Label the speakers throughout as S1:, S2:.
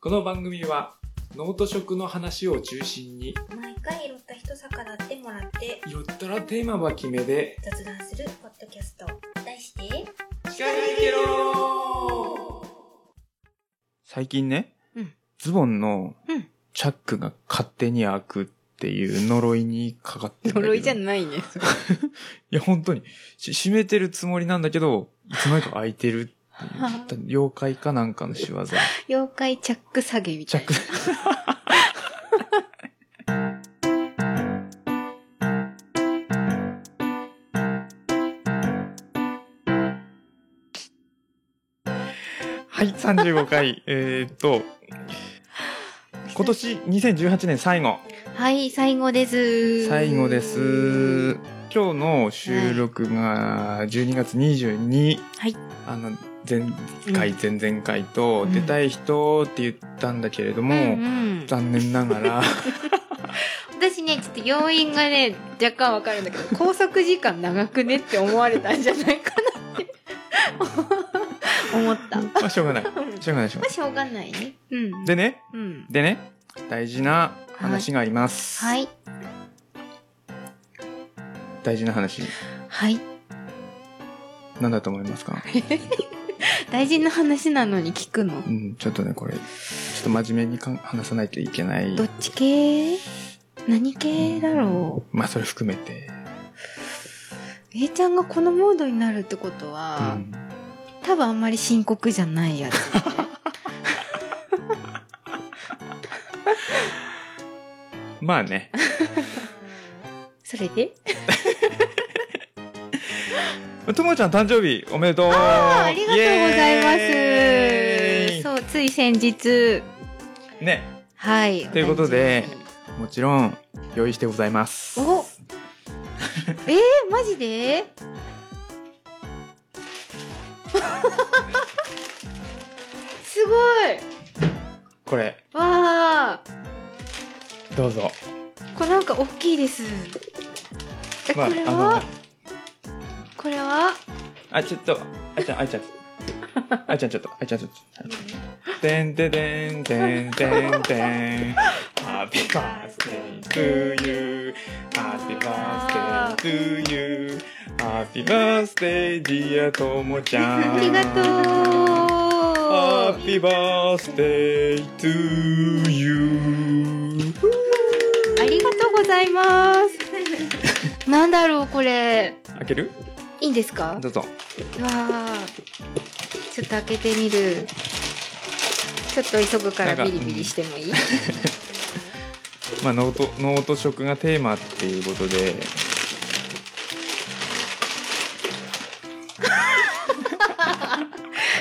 S1: この番組は脳と食の話を中心に
S2: 毎回いろった人魚ってもらって
S1: よったらテーマは決めで
S2: 雑談するポッドキャスト題して
S1: 近いけろ最近ね、
S2: うん
S1: ズボンの
S2: うん
S1: チャックが勝手に開くっていう呪いにかかってんだけど
S2: 呪いじゃないねそれ
S1: いや、本当に。し閉めてるつもりなんだけど、いつの間にか開いてる っていう。妖怪かなんかの仕業。
S2: 妖怪チャック下げみ
S1: チ
S2: た
S1: ャ
S2: い
S1: ック。はい、35回。えーっと、今年2018年最後。
S2: なはい最後です
S1: 最後です。今日の収録が12月22。
S2: はい
S1: あの、前回、前々回と、
S2: うん
S1: 出たい人って言ったんだけれども、
S2: うんうん、
S1: 残念ながら、
S2: 私ねちょっと要因がね若干わかるんだ けど拘束時間長くねって思われたんじゃないかなって思っ
S1: まあ、しょうがない。
S2: たうん
S1: しょうがない、しょう
S2: ま
S1: が
S2: あしょうがないねうん
S1: ない。でね、
S2: うん
S1: でね、大事な話があります。
S2: はい
S1: 大事な話、
S2: はい
S1: なんだと思いますか
S2: 大事な話なのに聞くの
S1: うん、ちょっとね、これ、ちょっと真面目にかん話さないといけない
S2: ど。っち系何系だろ
S1: まあ、それ含めて。
S2: うえいちゃんがこのモードになるってことは、
S1: うん
S2: 多分あんまり深刻じゃな いやつ
S1: まあね。
S2: それで
S1: ともちゃん誕生日おめでとう
S2: あありがとうございま
S1: イエー
S2: す
S1: イ
S2: そうつい先日
S1: ね、
S2: はい
S1: ということで
S2: お誕
S1: もちろん用意してございます。
S2: 生日おえー、マジですごい
S1: これ、
S2: わあ
S1: どうぞ。
S2: これなんか大きいですえこれは、
S1: あの、
S2: これは
S1: あ、ちょっと、あいちゃん、あ いちゃん。あいちゃんちょっと、あいちゃんちょっと。でんででんでんでんでん。Happy birthday to you.Happy birthday to you.Happy birthday dear ともちゃん。
S2: ありがとう
S1: ハッピーバースデートゥーユー。
S2: ありがとうございま すなんだろうこれ
S1: 開ける
S2: いいんですかわ
S1: どうぞ。
S2: あちょっと開けてみるちょっと急ぐか
S1: なんから
S2: ビリビリしてもいい
S1: まあ、ノート、ノート食がテーマっていうことで。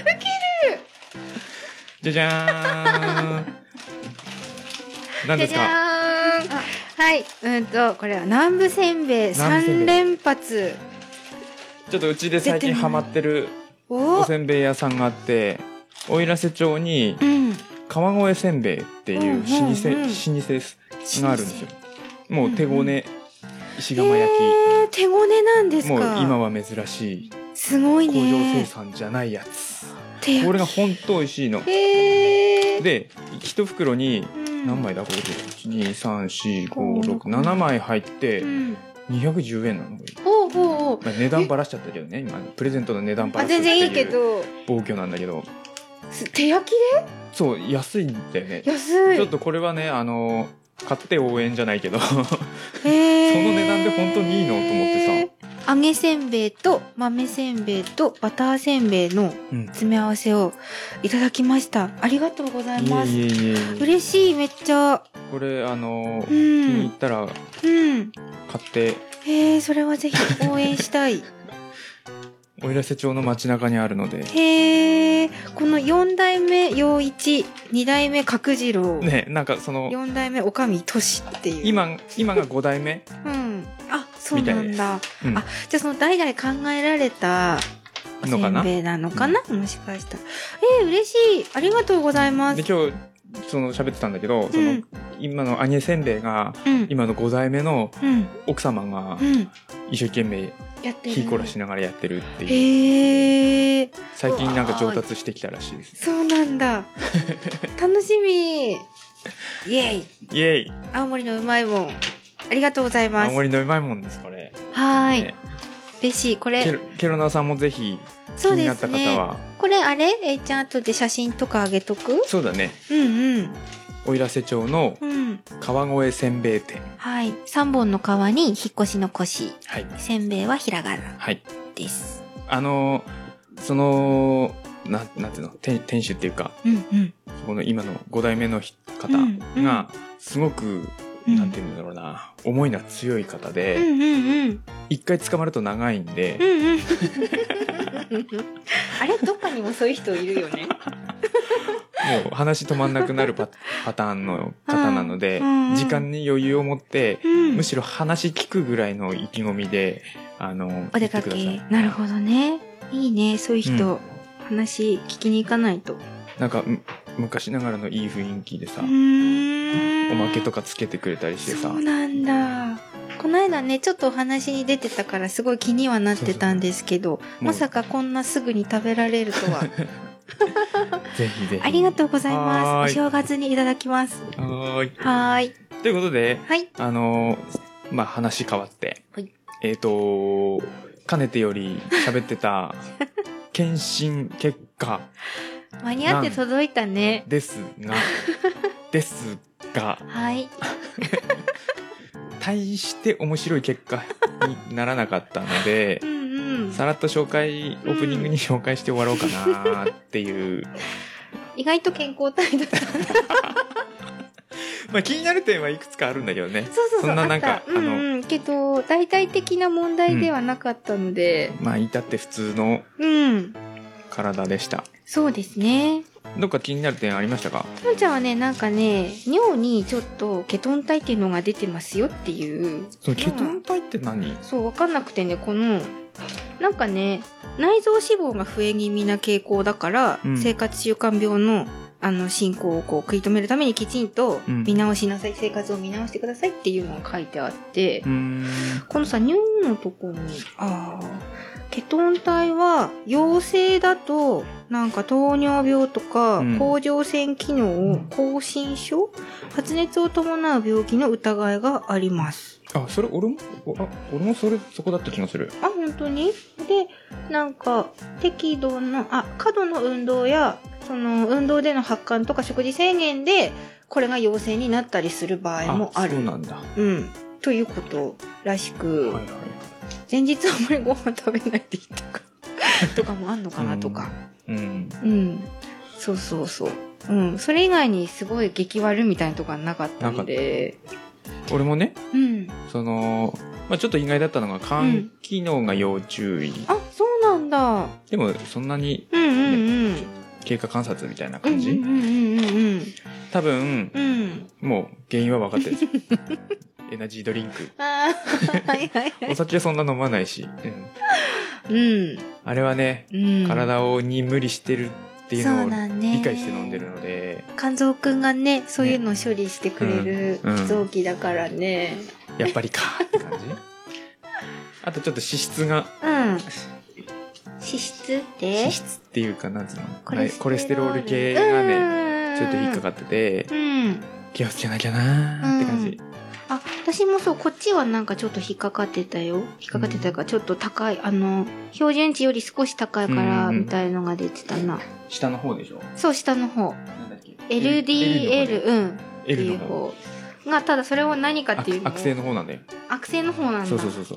S1: ウケるじゃじゃーん。何
S2: じ
S1: です
S2: ゃじ
S1: か
S2: ゃーんはいうんとこれは南部せんべい
S1: 南部せんべい
S2: 3連発
S1: ちょっとうちで最近ハマってる
S2: お
S1: おせんべい屋さんがあって、奥入瀬町に
S2: うん
S1: 川越せんべいっていう老舗、
S2: うんうんうん
S1: 老舗ですがあるんですよもう手ごね、石窯焼き、
S2: えー、手ごねなんですか
S1: もう今は珍しい
S2: すごい
S1: 工場生
S2: ね
S1: 産じゃないやつ、
S2: 手焼き
S1: これがほんと美味しいの
S2: えー、
S1: で一袋に
S2: うん
S1: 何枚だこれ
S2: う
S1: 1234567
S2: ん
S1: 枚入って
S2: うん
S1: 210円なの、
S2: ほうほうほう
S1: まあ、値段ばらしちゃったけどね今プレゼントの値段ば
S2: あ
S1: らしちゃ
S2: 全
S1: った
S2: 然いい
S1: ってい
S2: け
S1: う
S2: ど
S1: 暴挙なんだけど
S2: す手焼き
S1: そう安いんだよね
S2: で安い
S1: ちょっとこれはねあの買って応援じゃないけど
S2: その
S1: その値段で本当にいいのと思
S2: ってさ揚げせんべいと豆せんべいとバターせんべいの
S1: うん
S2: 詰め合わせをいただきましたありがとうござい
S1: い
S2: ます
S1: えいえいえいえ
S2: 嬉しいめっちゃ
S1: これあの
S2: う
S1: 気に入
S2: ん
S1: ったら
S2: うん
S1: 買って
S2: へえそれはぜひ応援したい
S1: 奥入瀬町の街中にあるので
S2: へえこの4代目陽一2代目角次郎、
S1: ねなんかその
S2: 4代目おかみとしっていう
S1: 今今が5代目
S2: うんあそうなん
S1: み
S2: だ、
S1: うん
S2: あじゃあその代々考えられたせ
S1: のか
S2: ん
S1: なで
S2: べいなのかな、もしかしたらえー、嬉しいありがとうございます
S1: 今日その喋ってたんだけどそうの、
S2: ん
S1: 今のアニせんべいが
S2: うん
S1: 今の5代目の
S2: うん
S1: 奥様が
S2: うん
S1: 一生懸命
S2: やってる
S1: 火こらしながらやってるっていう
S2: へえー、
S1: 最近なんか上達してきたらしいです
S2: そうなんだ楽しみイエイ
S1: イエイ
S2: 青森のうまいもんありがとうございま
S1: 青
S2: す
S1: 森のうまいもんですこれ
S2: はーい
S1: ね
S2: 嬉しいこ
S1: ケロ
S2: れ
S1: ケロナさんもぜひ気
S2: そう
S1: に
S2: で
S1: なっ
S2: す
S1: た方
S2: ね
S1: は
S2: これあれえいちゃん後で写真とかあげとく
S1: そうだね
S2: うんうん
S1: 奥入瀬町の
S2: うん
S1: 川越せんべい店
S2: はい3本の皮に引っ越しの腰
S1: はい
S2: せんべいはひらがな
S1: はい
S2: です
S1: あのーそのななんていうの店店主っていうか
S2: うんうん
S1: この今の5代目のひ方
S2: うんうん
S1: がすごく、
S2: うん
S1: なんていうんだろうな思いの強い方
S2: う
S1: で
S2: んうんうん
S1: 一、回捕まると長いんで、
S2: うんうんあれどっかにもそういう人いるよね
S1: もう話止まんなくなる パパターンの方なので、
S2: うんうん
S1: 時間に余裕を持って、
S2: うん
S1: むしろ話聞くぐらいの意気込みであの
S2: お出かけ
S1: 行ってください
S2: なるほどねいいねそういう人、
S1: うん
S2: 話聞きに行かないと
S1: なんかむ昔ながらのいい雰囲気でさ、お
S2: お
S1: まけとか
S2: か
S1: つけてくれたりしてさ
S2: そうなんだこの間ねちょっとお話に出てたからすごい気にはなってたんですけど
S1: う
S2: まさかこんなすぐに食べられるとは
S1: ぜひぜひ
S2: ありがとうござい
S1: は
S2: ま
S1: ーい
S2: すお正月にいただきます
S1: はーい
S2: はーい
S1: ということで
S2: はい
S1: あのーまあ話変わって、
S2: はい
S1: えっ、とかねてより喋って た検診結果
S2: 間に合って届いたね
S1: です がですが
S2: はい
S1: 大して面白い結果にならなかったので
S2: うんうん
S1: さらっと紹介オープニングに紹介して終わろうかなーって いう
S2: 意外と健康体だったそう
S1: まあ気になる点はいくつかあるんだけどね
S2: そうそう
S1: そんななんか
S2: あったうんうんけど大体的な問題ではなかったので
S1: まあ至って普通の
S2: うん
S1: 体でした
S2: そうですね
S1: どっか気になる点ありましたか
S2: のんちゃんはねなんかね尿にちょっとケトン体っていうのが出てますよっていう
S1: そのケトン体って何、
S2: そう分かんなくてねこのなんかね内臓脂肪が増え気味な傾向だから、
S1: うん
S2: 生活習慣病のあの進行をこう食い止めるためにきちんと
S1: うん
S2: 見直しなさい、生活を見直してくださいっていうのが書いてあって、
S1: うーん
S2: このさ尿のとこにあーケトン体は陽性だとなんか糖尿病とか
S1: うん
S2: 甲状腺機能を亢進症、発熱を伴う病気の疑いがあります
S1: あそれ俺もあ俺もそれそこだった気がする
S2: あ本当にでなんか適度なあ過度の運動やその運動での発汗とか食事制限でこれが陽性になったりする場合もある
S1: そうなんだ、は
S2: うんということらし
S1: い
S2: く、
S1: はい、
S2: 前日あんまりご飯食べないでいいとかとかもあんのかなとか
S1: うん
S2: うん、そうそうそううんそれ以外にすごい激悪みたいなとこはなかったので
S1: 俺もね
S2: うん
S1: その、まあ、ちょっと意外だったのが肝機能が要注意、
S2: あそうなんだ
S1: でもそんなに
S2: うんうんうん
S1: 経過観察みたいな
S2: うん
S1: 感じ、
S2: うんうんうんうん
S1: 多分
S2: うんうん
S1: もう原因は分かって るエナジードリンク
S2: あーはいはいは
S1: お
S2: い
S1: 酒そんな飲まないし、うん
S2: うん
S1: あれはね
S2: うん
S1: 体をに無理してるっていう
S2: そう
S1: のを
S2: だね
S1: 理解して飲んでるので、
S2: 肝臓くんがねそういうのを処理してくれる
S1: うんうん
S2: 臓器だからね
S1: やっぱりかって 感じあとちょっと脂質が
S2: うん、脂質って
S1: 脂質っていうかなんつうの
S2: コレステロール
S1: コレステロール系がねちょっと引っか
S2: か
S1: かってて
S2: うん
S1: 気をつけなきゃなーって感じ、
S2: あ私もそうこっちはなんかちょっと引っかかってたよ引っかかってたからちょっと高いあの標準値より少し高いか
S1: うん
S2: ら
S1: うん
S2: みたいのが出てたな、
S1: 下の方でしょ
S2: そう下の方
S1: なんだっけ
S2: LDL うんってい
S1: L
S2: う
S1: の方
S2: 方がただそれを何かっていうのを
S1: 悪性の方なんだよ
S2: 悪性の方なんだ
S1: そうそうそうそ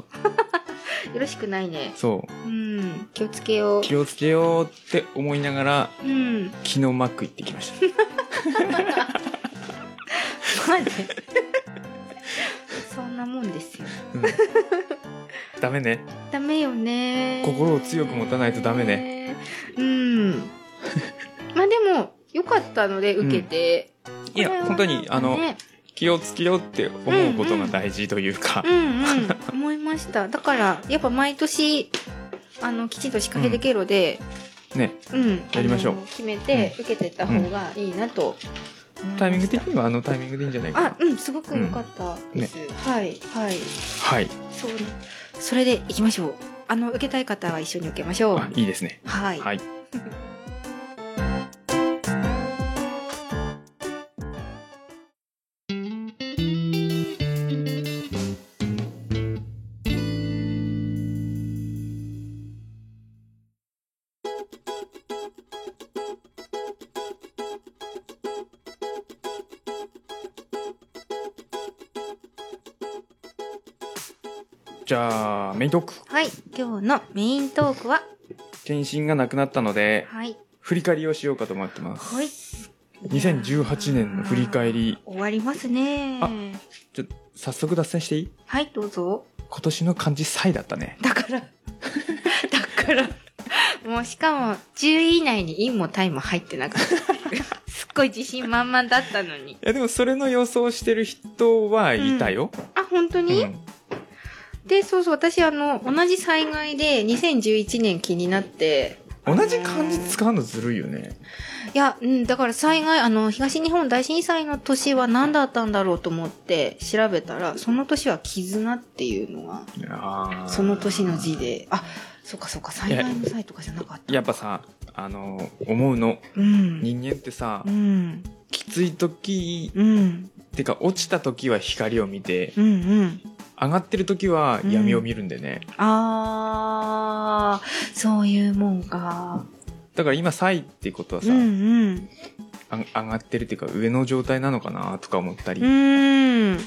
S1: う
S2: よろしくないね
S1: そう
S2: うん気をつけよ
S1: 気をつけようって思いながら
S2: ううん
S1: 昨日マック行ってきました
S2: まあねそんなもんですよ
S1: うん ダメね
S2: ダメよね
S1: 心を強く持たないとダメ
S2: ねうんまあでも良かったので受けて、
S1: いや本当にあの気をつけようって思うことが大事というか、
S2: うんうん思いましただからやっぱ毎年あのきちんと仕掛けできるので、
S1: ね
S2: うん
S1: やりましょう
S2: あの決めて受けてった方がいいなと、
S1: タイミング的にはあのタイミングでいいんじゃないかな
S2: あうんすごく良かったです、はいはい
S1: はい
S2: そうそれでいきましょうあの受けたい方は一緒に受けましょう
S1: あいいですね
S2: はい
S1: はいじゃあ、メイントーク。
S2: はい、今日のメイントークは、
S1: 検診がなくなったので、
S2: はい、
S1: 振り返りをしようかと思ってます。
S2: はい。
S1: 2018年の振り返り、
S2: 終わりますね。
S1: あちょ、早速脱線していい
S2: はい、どうぞ。
S1: 今年の漢字歳だったね。
S2: だから、だ から、もうしかも10位以内にインもタイも入って なかったっていう。すっごい自信満々だったのに。
S1: いや、でもそれの予想してる人はいたよ。
S2: あ、本当
S1: うん。
S2: に、で、そうそう、私あの、同じ災害で2011年気になって、
S1: 同じ漢字使うのずるいよね。
S2: いや、うん、だから災害、あの、東日本大震災の年は何だったんだろうと思って調べたら、その年は絆っていうのが、
S1: いやー
S2: その年の字で、あ、そっかそっか、災害の際とかじゃなかった。
S1: やっぱさ、あの、思うの。
S2: うん。
S1: 人間ってさ
S2: う、ん。
S1: きつい時、
S2: うん。
S1: てか落ちた時は光を見て、
S2: うんうん。
S1: 上がってる時は闇を見るんでね。
S2: あー、そういうもんか。
S1: だから今、歳ってことは
S2: う
S1: さ、
S2: んうん。
S1: あ上がってるっていうか上の状態なのかなとか思ったり。
S2: うーん。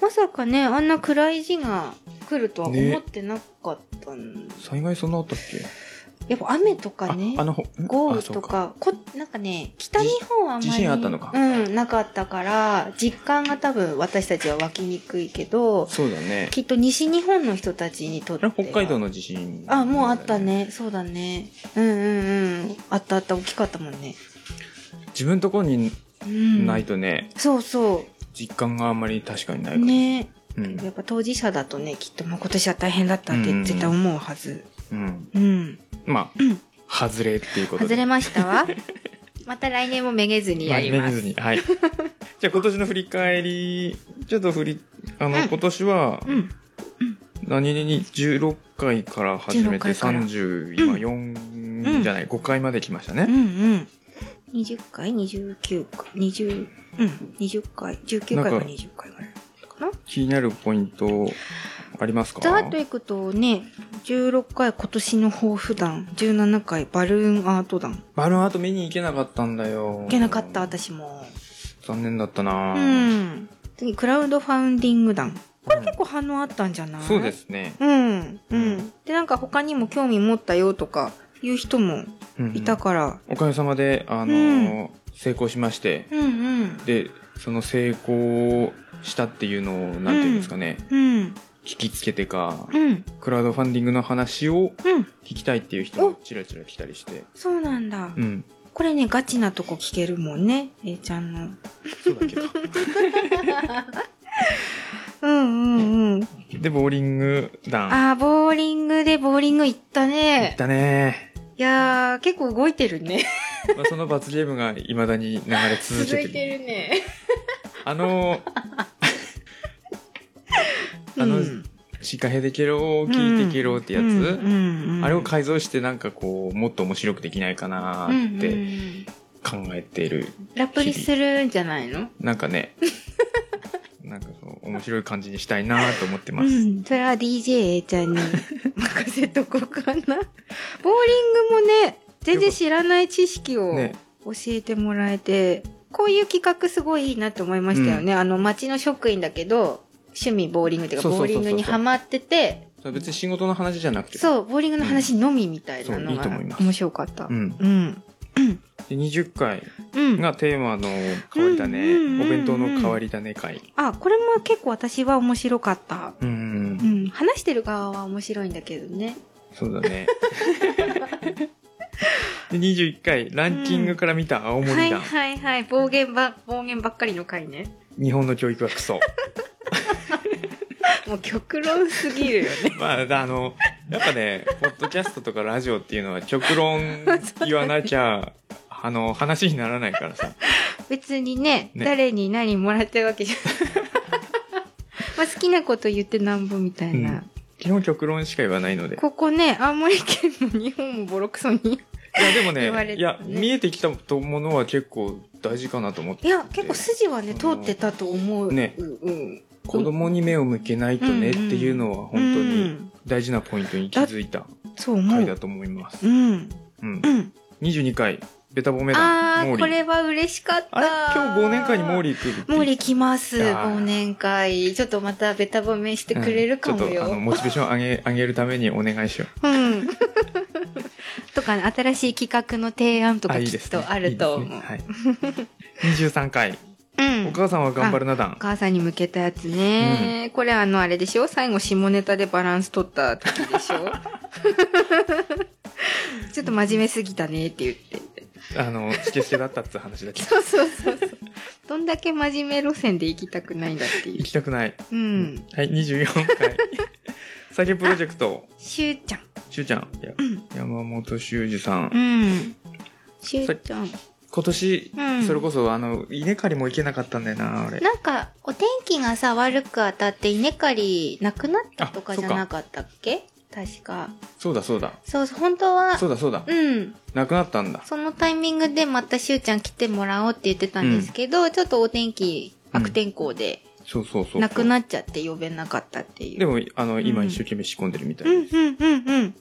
S2: まさかね、あんな暗い字が来るとは思ってなかったん、
S1: 災害そんなあったっけ、
S2: やっぱ雨とかね
S1: あ、あ、の、ほん
S2: 豪
S1: あ
S2: 雨
S1: そう
S2: とかこ、なんかね、北日本はあんまり。
S1: 地震あったのか
S2: うん、なかったから、実感が多分私たちは湧きにくいけど、
S1: そうだね。
S2: きっと西日本の人たちにとって
S1: あ
S2: は。
S1: れ北海道の地震、
S2: あ、もうあった。ね。そうだね。うんうんうん。あったあった。大きかったもんね。
S1: 自分とこに
S2: うん。
S1: ないとね、
S2: そうそ。
S1: 実感があんまり確かにないうから。
S2: ね。
S1: うん。
S2: やっぱ当事者だとね、きっともう今年は大変だったって絶対思うはず。
S1: うん。
S2: うん。
S1: ま
S2: うん
S1: あ、外れっていうことで。
S2: 外れましたわ。 また来年もめげずにやりま
S1: あめ
S2: す。
S1: げずに はい。じゃあ今年の振り返り、ちょっと振り、あの、
S2: うん
S1: 今年は、
S2: うん。
S1: 何々に16回から始めて
S2: 16回から
S1: 30、
S2: う
S1: 今
S2: ん
S1: 4じゃない、5回まで来ましたね。
S2: うんうん。20回 ?29 回 ?20、うん。20回 ?19 回か
S1: なんか
S2: 20回ぐらいかな
S1: 気になるポイントありますか
S2: ざっといくとね、16回今年の抱負団、17回バルーンアート団。
S1: バルーンアート見に行けなかったんだよ
S2: いけなかった、私も。
S1: 残念だったな
S2: う、ん。次、クラウドファウンディング団。これ結構反応あったんじゃない
S1: そうで。すね、
S2: うん。うん。で、なんか他にも興味持ったよとか、いう人も
S1: うん
S2: いたから。
S1: おかげさまで、あのー成功しまして
S2: うんうん。
S1: でその成功したっていうのをなんていうんですかね、
S2: うん。
S1: 聞きつけてか
S2: うん。
S1: クラウドファンディングの話を
S2: うん。
S1: 聞きたいっていう人もちらちら来たりして
S2: そうなんだ。
S1: うん
S2: これね、ガチなとこ聞けるもんね。えいちゃんの。
S1: そうだけど
S2: うんうんうん。
S1: でボーリング団
S2: あー、ボーリングでボーリング行った
S1: 行っ
S2: ね。
S1: たね、
S2: いやー、結構動いてるね。
S1: まあ、その罰ゲームがいまだに流れ続
S2: 続
S1: けて
S2: い
S1: る
S2: てるね。
S1: あのーあの、
S2: うん
S1: シカヘデケロー、キーテケローってやつ、
S2: うんうんうん
S1: あれを改造してなんかこう、もっと面白くできないかなーっ
S2: うんうん
S1: て
S2: うん
S1: 考えてる。
S2: ラップにするんじゃないの
S1: なんか ね、なんかこう、面白い感じにしたいなーと思って
S2: う
S1: ます。
S2: ん。それは DJA ち ゃんに任せとこうかな。ボーリングもね、全然知らない知識を
S1: ね
S2: 教えてもらえて、こういう企画すごいいいなって思いましたよね。あの、町の職員だけど、趣味ボーリングっていうか、
S1: そう
S2: ボ
S1: そ
S2: ー
S1: うそうそ
S2: リ
S1: う
S2: ングにハマってて、
S1: それ別に仕事の話じゃなくて。
S2: そう、ボーリングの話のみみたいな
S1: うんそう
S2: の
S1: いいと
S2: が
S1: 思います
S2: 面白かった。
S1: う
S2: うん。
S1: ん。
S2: うん。
S1: で、20回
S2: うん。
S1: がテーマの変わりだね。
S2: うんうんうんうん
S1: お弁当の変わりだね回。
S2: あ、これも結構私は面白かった。
S1: うん、
S2: う
S1: うん。
S2: ん。話してる側は面白いんだけどね。
S1: そうだ ね。で、21回、ランキングから見た青森
S2: はい
S1: 団。
S2: はいはい。暴言ば、暴言ばっかりの回ね。
S1: 日本の教育はクソ。
S2: もう極論すぎるよね。
S1: まあ、あの、やっぱね、ポッドキャストとかラジオっていうのは極 論言わなきゃ、あの、話にならないからさ。
S2: 別にね、
S1: ね
S2: 誰に何もらってるわけじゃ まあ好きなこと言ってなんぼみたいな。
S1: うん基本極論しか言わないので。い
S2: ここね、青森県も日本もボロクソに。
S1: や、でも
S2: 言われ
S1: ね、
S2: て
S1: いや、
S2: ね
S1: 見えてきたものは結構大事かなと思って。
S2: いや、結構筋はね、
S1: うん
S2: 通ってたと思う。
S1: ね
S2: うんうん。
S1: 子供に目を向けないとねっていうのは本当
S2: う
S1: に
S2: ん
S1: 大事なポイントに気づいた
S2: そう思
S1: 回だ
S2: う。
S1: と思います
S2: う。
S1: う
S2: ん。
S1: ん
S2: う。ん。
S1: 22回、べた褒めだ
S2: あ
S1: ねモ
S2: ー、
S1: ー
S2: こ
S1: リー
S2: れは嬉しかった。
S1: あれ今日忘年会にモーリー来るって
S2: モーリー来ます、
S1: あー
S2: 忘年会。ちょっとまたベタ褒めしてくれるかも
S1: うんちょっとあの
S2: よ。
S1: モチベーション上げ上げるためにお願いしよう
S2: うん。 とかね、新しい企画の提案とか
S1: あいい
S2: き
S1: で
S2: っ
S1: すね
S2: とあると思
S1: い
S2: う。
S1: いですねはい、23回
S2: うん。
S1: お母さんは頑張るな団
S2: お母さんに向けたやつね、これあのあれでしょ最後下ネタでバランス取った時でしょ ちょっと真面目すぎたねって言って
S1: あのスケスケだったっつう話だけど
S2: そうそうそうそうどんだけ真面目路線で行きたくないんだっていう
S1: 行きたくない、
S2: うん
S1: はい24回 酒プロジェクト
S2: しゅうちゃん
S1: しゅうちゃんいや山本修二さん、
S2: うんしゅうちゃん
S1: 今年、
S2: うん
S1: それこそあの稲刈りも行けなかったんだよな俺
S2: なんかお天気がさ悪く当たって稲刈りなくなったとかじゃなかったっけ確か
S1: そうだそうだ
S2: そうそう本当は
S1: そうだそうだ
S2: うん
S1: なくなったんだ
S2: そのタイミングでまたしゅうちゃん来てもらおうって言ってたんですけど、ちょっとお天気、悪天候で、
S1: そうそうそう
S2: なくなっちゃって呼べなかったっていう。
S1: でもあの今
S2: うん
S1: 一生懸命仕込んでるみたい、
S2: うんうんうんうん。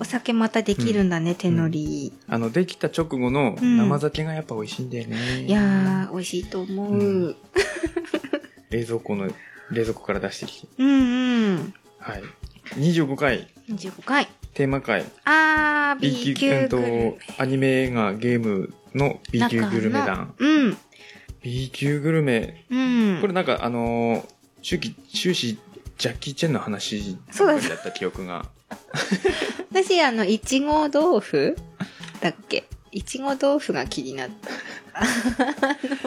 S2: お酒またできるんだね、手乗り。
S1: あのできた直後の
S2: うん
S1: 生酒がやっぱ美味しいんだよね、
S2: いやー、美味しいと思う。う
S1: うんん、冷蔵庫の冷蔵庫から出してきて
S2: うんうん
S1: はい25回
S2: 25回。
S1: テーマ回
S2: あー、B
S1: B 級
S2: 級
S1: えっ
S2: グ
S1: と
S2: ルメ。
S1: アニメ映画ゲームの B 級グルメ団
S2: うん。
S1: B 級グルメ
S2: うん。
S1: これなんかあのー終期終始ジャッキー・チェンの話
S2: そうだ
S1: だった記憶が
S2: 私、あの、いちご豆腐だっけいちご豆腐が気になった。あ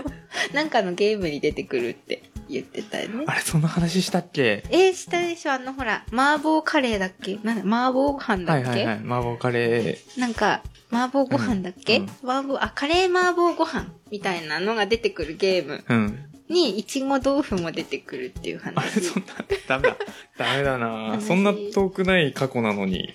S2: の、なんかのゲームに出てくるって言ってたよね
S1: あ。れそんな話したっけ
S2: えー、したでしょあの、ほら、麻婆カレーだっけなんだ、麻婆ご飯だっ
S1: は
S2: け、
S1: いはいはい麻婆カレ
S2: なんか、麻婆ご飯だっけ、
S1: うんうん
S2: 麻婆、あ、カレー麻婆ご飯みたいなのが出てくるゲーム
S1: ーうん
S2: に、いちご豆腐も出てくるっていう
S1: あれ
S2: 話。
S1: そんなダ メだダメだな
S2: 悲しい
S1: そんな遠くない過去なのに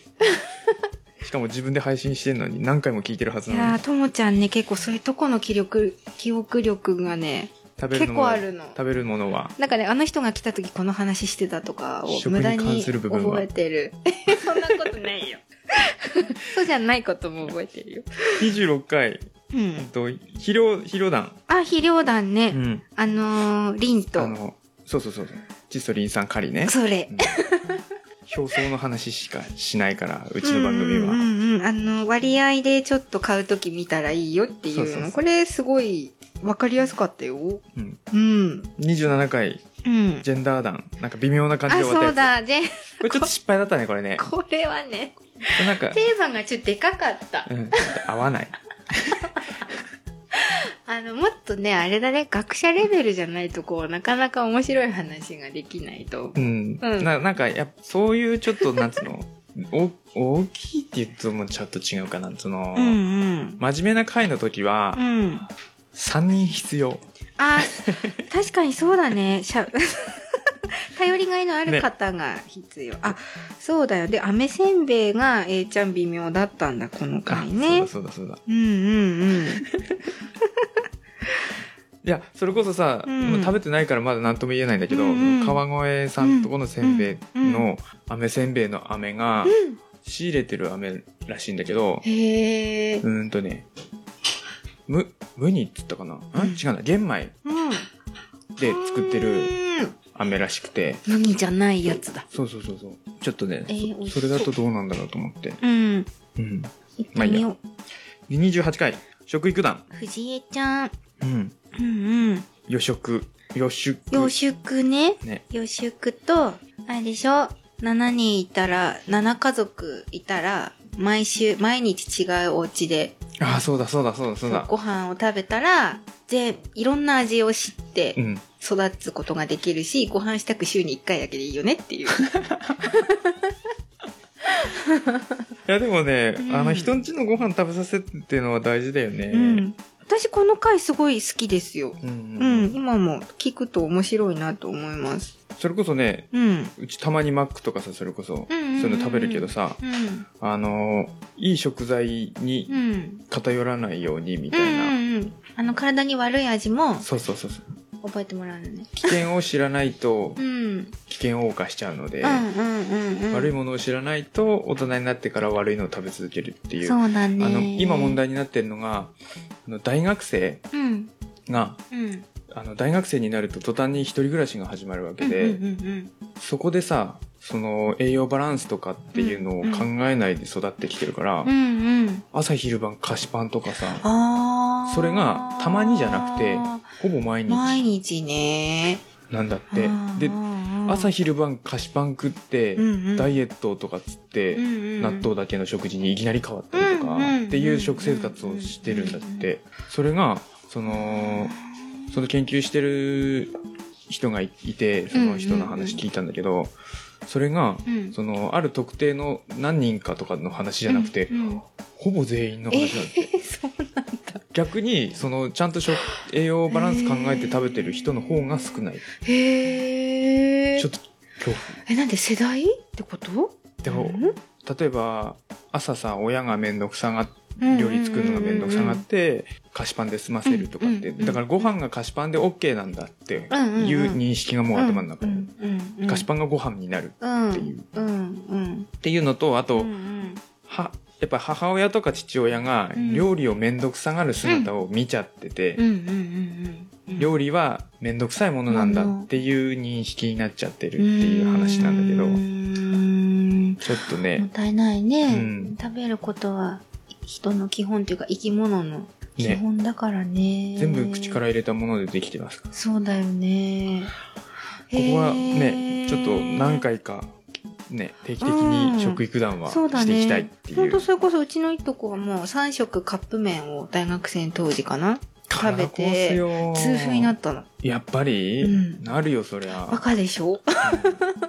S1: しかも自分で配信してるのに何回も聞いてるはいずなの
S2: やー、
S1: に
S2: ともちゃんね、結構そういうとこの記力、記憶力がね、
S1: 食べる
S2: 結
S1: もの
S2: 構あ
S1: は
S2: るの。
S1: 食べるものは
S2: なんかね、あの人が来た時この話してたとかを
S1: 食
S2: 無
S1: に
S2: 駄
S1: 関
S2: に
S1: する部分は
S2: 覚えてる。 そんなことないよ。そうじゃないことも覚えてるよ。
S1: 26回
S2: う
S1: えっ
S2: ん。
S1: と肥料肥料団
S2: あ、肥料団ね。
S1: うん
S2: あのー、リン
S1: あ
S2: と、
S1: のそうそうそうそう窒素リン酸カリね
S2: それ
S1: う。ん表層の話しかしないからうちの番組
S2: うんう
S1: は
S2: んうん。あの、割合でちょっと買う時見たらいいよっていうの。
S1: そうそうそう
S2: これすごいわかりやすかったよ。
S1: うん
S2: うん。
S1: 27回
S2: うん。
S1: ジェンダー団なんか微妙な感
S2: あ、
S1: じで終わ
S2: そ
S1: っ
S2: う
S1: たや
S2: だ。で、
S1: つこれちょっと失敗だったねこれね
S2: これはね、
S1: なんか
S2: テーマがちょっとでかかった。
S1: うんちょっと合わない
S2: あの、もっとね、あれだね、学者レベルじゃないと、こう、なかなか面白い話ができないと
S1: う。ん、
S2: うん
S1: ななんかやっぱそういうちょっとなんつうのお大きいって言うともちょっと違うかなその、
S2: うん。
S1: 真面目な回の時は
S2: うん。
S1: 3人必要
S2: あ、 確かにそうだね。しゃ 頼りがいのある方が必要。あ、そうだよ。で、飴せんべいが A ちゃん微妙だったんだ、この
S1: あ
S2: 回ね。
S1: そうだそうだそうだ
S2: うんうんうん。
S1: いやそれこそさ、
S2: うん
S1: もう食べてないからまだ何とも言えないんだけど、
S2: うんうん
S1: 川越さんとこのせんべい
S2: うん
S1: の飴せんべいの飴が
S2: うん
S1: 仕入れてる飴らしいんだけど
S2: へえ
S1: う。ーんとねむ無にっつったかな、ん、違うな玄米
S2: うん。
S1: で作ってる
S2: うん。
S1: 飴らしくて
S2: 麦じゃないやつだ。
S1: そうそうそうそうちょっとね、
S2: えー美味し
S1: そ
S2: そう
S1: れだとどうなんだろうと思って。
S2: うん。
S1: うん。
S2: 行ってみよう。
S1: 28回、食育団。
S2: 藤江ちゃん。
S1: うん。
S2: うんうん。
S1: 予食。予食。
S2: 予祝ね。
S1: ね。
S2: 予祝と、あれでしょ ?7 人いたら、7家族いたら、毎週、毎日違うお家で、
S1: ああ、そうだそうだそうだそうだ。
S2: ご飯を食べたら、で、いろんな味を知って
S1: うん。
S2: 育つことができるし、ご飯したく週に1回だけでいいよねっていう。
S1: いやでもね、
S2: うん
S1: あの、人んちのご飯食べさせるっていうのは大事だよね。
S2: うん。私この回すごい好きですよ。
S1: うん。う
S2: う、
S1: んん。
S2: 今も聞くと面白いなと思います。
S1: それこそね、
S2: うん。
S1: うちたまにマックとかさ、それこそ、
S2: うんうんうんうん
S1: そういうの食べるけどさ、
S2: うん。
S1: あのー、いい食材
S2: う
S1: に
S2: ん。
S1: 偏らないようにみ
S2: う
S1: た
S2: んう
S1: いな。
S2: んうん。あの、体に悪い味も
S1: そうそうそうそう。
S2: 覚えてもらうのね。
S1: 危険を知らないと
S2: うん。うん
S1: 危険を謳歌しちゃうので、
S2: うんうんうん。
S1: 悪いものを知らないと大人になってから悪いのを食べ続けるっていう
S2: そうだね。
S1: あの今問。題になってるのがあの大学生
S2: うん。
S1: が
S2: うん。
S1: あの大学生になると途端に一人暮らしが始まるわけで、
S2: うんうんうん
S1: そこでさその栄養バランスとかっていうのを考えないで育ってきてるから、
S2: うん。うんうん。
S1: 朝昼晩菓子パンとかさ
S2: ああ。
S1: それがたまにじゃなくてほぼ毎日
S2: 毎日ね。
S1: なんだってで朝
S2: 日
S1: 昼晩菓子パン食って、ダイエットとかっつって、納
S2: 納
S1: 豆だけの食事にいきなり変わったりとか
S2: うんう
S1: っ
S2: ん
S1: ていう食生活をしてるんだってそれがそのその研究してる人がいいてその人の話聞いたんだけどそれが
S2: うん
S1: そのある特定の何人かとかの話じゃなくて
S2: うんうん
S1: ほぼ全員の話なんだって
S2: えそうなんだ
S1: 逆にそのちゃんと食栄養バランス考えて食べてる人の方が少ない
S2: へえ
S1: ちょっと恐怖
S2: えなんで世代ってこと
S1: でも
S2: うん
S1: 例えば朝さ親が面倒くさがって料理作るのが面倒くさがって菓子パンで済ませるとかって
S2: うんうんうん
S1: だからご飯が菓子パンで OK なんだっていう
S2: うんうんうん
S1: 認識がもう頭の中
S2: う
S1: に
S2: んうんうん
S1: 菓子パンがご飯になるっていう
S2: うんうん
S1: っていうのとあ
S2: うん
S1: と
S2: うん
S1: はやっぱ母親とか父親が
S2: うん
S1: 料理を面倒くさがる姿を見ちゃって
S2: うんう
S1: て
S2: んうんうん
S1: 料理は面倒くさいものなんだっていう認識になっちゃってるっていう話なんだけ
S2: う
S1: ど
S2: ん
S1: ちょっと
S2: もっ
S1: ね
S2: たいないね、
S1: うん
S2: 食べることは人の基本というか生き物の基
S1: ね
S2: 本だからね
S1: 全部口から入れたものでできてますから
S2: そうだよね
S1: ここはね、
S2: へー
S1: ちょっと何回か、ね、定期的に食育団は
S2: そうだ
S1: していきたいっ
S2: ね
S1: てい
S2: ほん
S1: う。
S2: とそれこそうちのいとこはもう3食カップ麺を大学生の当時かな食べて痛風にな
S1: っ
S2: ったの
S1: やっぱり、
S2: うん
S1: なるよ、そりゃ。
S2: バカでしょ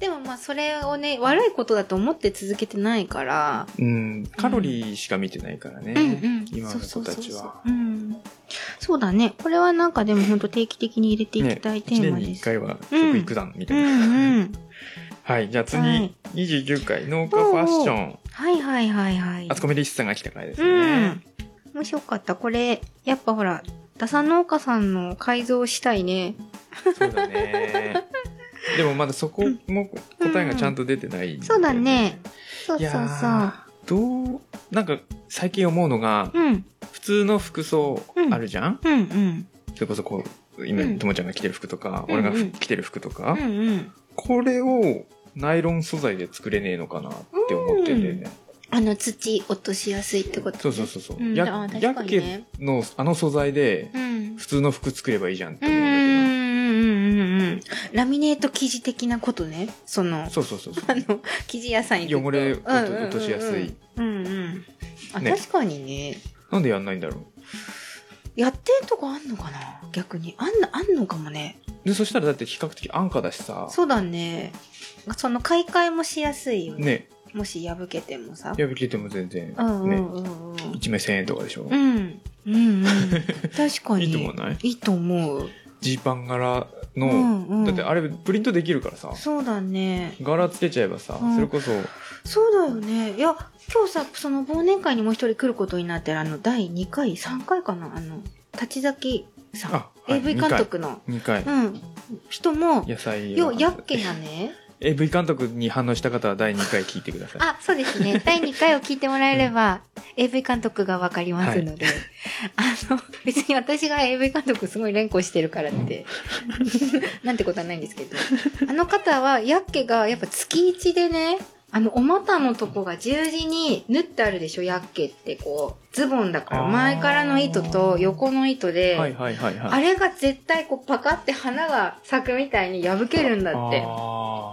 S2: でもまあそれをね悪いことだと思って続けてないから
S1: うん、カロリーしか見てないからね、今の子たち
S2: そうそうそうそう
S1: は。
S2: うんそうだねこれはなんかでも本当定期的に入れていきたいテ
S1: 1
S2: ーマ
S1: 年
S2: で
S1: に1
S2: す、
S1: 回は食育団み
S2: う
S1: たいな。
S2: んうん
S1: はい、じゃあ次、
S2: はい
S1: 29回、農家ファッション。
S2: はいはいはいはい
S1: あつこみりしさんが来た回です
S2: うん
S1: ね。
S2: もしよかったこれやっぱほらダサ農家さんの改造したいね
S1: そうだ ね。でもまだそこも答えがちゃんと出てない、
S2: そうだ。ねそう
S1: い
S2: そう
S1: や
S2: そう
S1: ーどうなんか最近思うのが
S2: うん
S1: 普通の服装あるじゃん、
S2: うんうん
S1: それこそこう今
S2: うん
S1: ともちゃんが着てる服とか、
S2: うんう
S1: 俺が
S2: ん
S1: ふ着てる服とか、
S2: うんうん
S1: これをナイロン素材で作れねえのかなって思ってて、ね
S2: あの土落としやすいってこと
S1: そうそうそうそう、
S2: うん
S1: や
S2: あー
S1: や
S2: 確か
S1: っ
S2: にね
S1: けのあの素材で
S2: うん
S1: 普通の服作ればいいじゃんって
S2: うんう
S1: 思うんんだけ
S2: うんうんうんラミネート生地的なことねその
S1: ど、そうそうそうそう
S2: あの生地屋さん行くと
S1: 汚れを落と
S2: うんうんうんうん
S1: 落としやすい
S2: うんうんあ、
S1: ね
S2: 確かにね
S1: なんでやんないんだろ
S2: やってんとこあんのかな逆にあんなあんのかもね
S1: うでそしたらだって比較的安価だしさ
S2: そうだねその買い替えもしやすいよね
S1: ね
S2: もし破けてもさ
S1: 破けても全然、
S2: うんう
S1: ね
S2: んうんうん
S1: 1枚1000円とかでしょ、
S2: うんうんうん確かに
S1: いいと思わない
S2: いいと思う
S1: ジーパン柄の、
S2: うんうん
S1: だってあれプリントできるからさ
S2: そうだね
S1: 柄つけちゃえばさ、
S2: うん
S1: それこそ
S2: そうだよねいや今日さその忘年会にもう一人来ることになってるあの第2回3回かなあの立崎さ
S1: あ
S2: ん、
S1: はい
S2: AV 監督の
S1: 2回
S2: うん人も
S1: 野菜
S2: よやっけがね
S1: AV 監督に反応した方は第2回聞いてください
S2: あそうですね第2回を聞いてもらえれば AV 監督がわかりますので、あの別に私が AV 監督すごい連呼してるからって なんてことはないんですけどあの方はやっけがやっぱ月一でねあのお股のとこが十字に縫ってあるでしょやっけってこうズボンだから
S1: あー
S2: 前からの糸と横の糸で、
S1: はいはいはいはい
S2: あれが絶対こうパカって花が咲くみたいに破けるんだって
S1: あ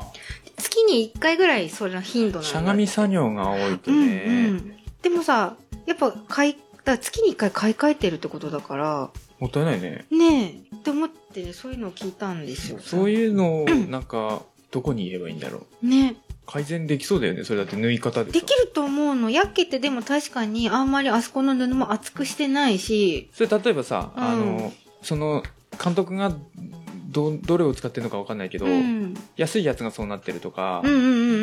S2: 月に1回ぐらいその頻度
S1: ー
S2: なんだ
S1: しゃがみ作業が多いとね、
S2: うんうん、でもさやっぱ買いだから月に1回買い替えてるってことだから
S1: もったいないね
S2: ねえって思ってねそういうのを聞いたんですよ
S1: そういうのをなんかどこに言えばいいんだろう
S2: ね
S1: 改善できそうだよねそれだって縫い方でさ
S2: できると思うのやっけってでも確かにあんまりあそこの布も厚くしてないし
S1: それ例えばさ、
S2: うん
S1: あのその監督がどどれを使ってるのかわかんないけど、
S2: うん、
S1: 安いやつがそうなってるとか、
S2: うんうんうん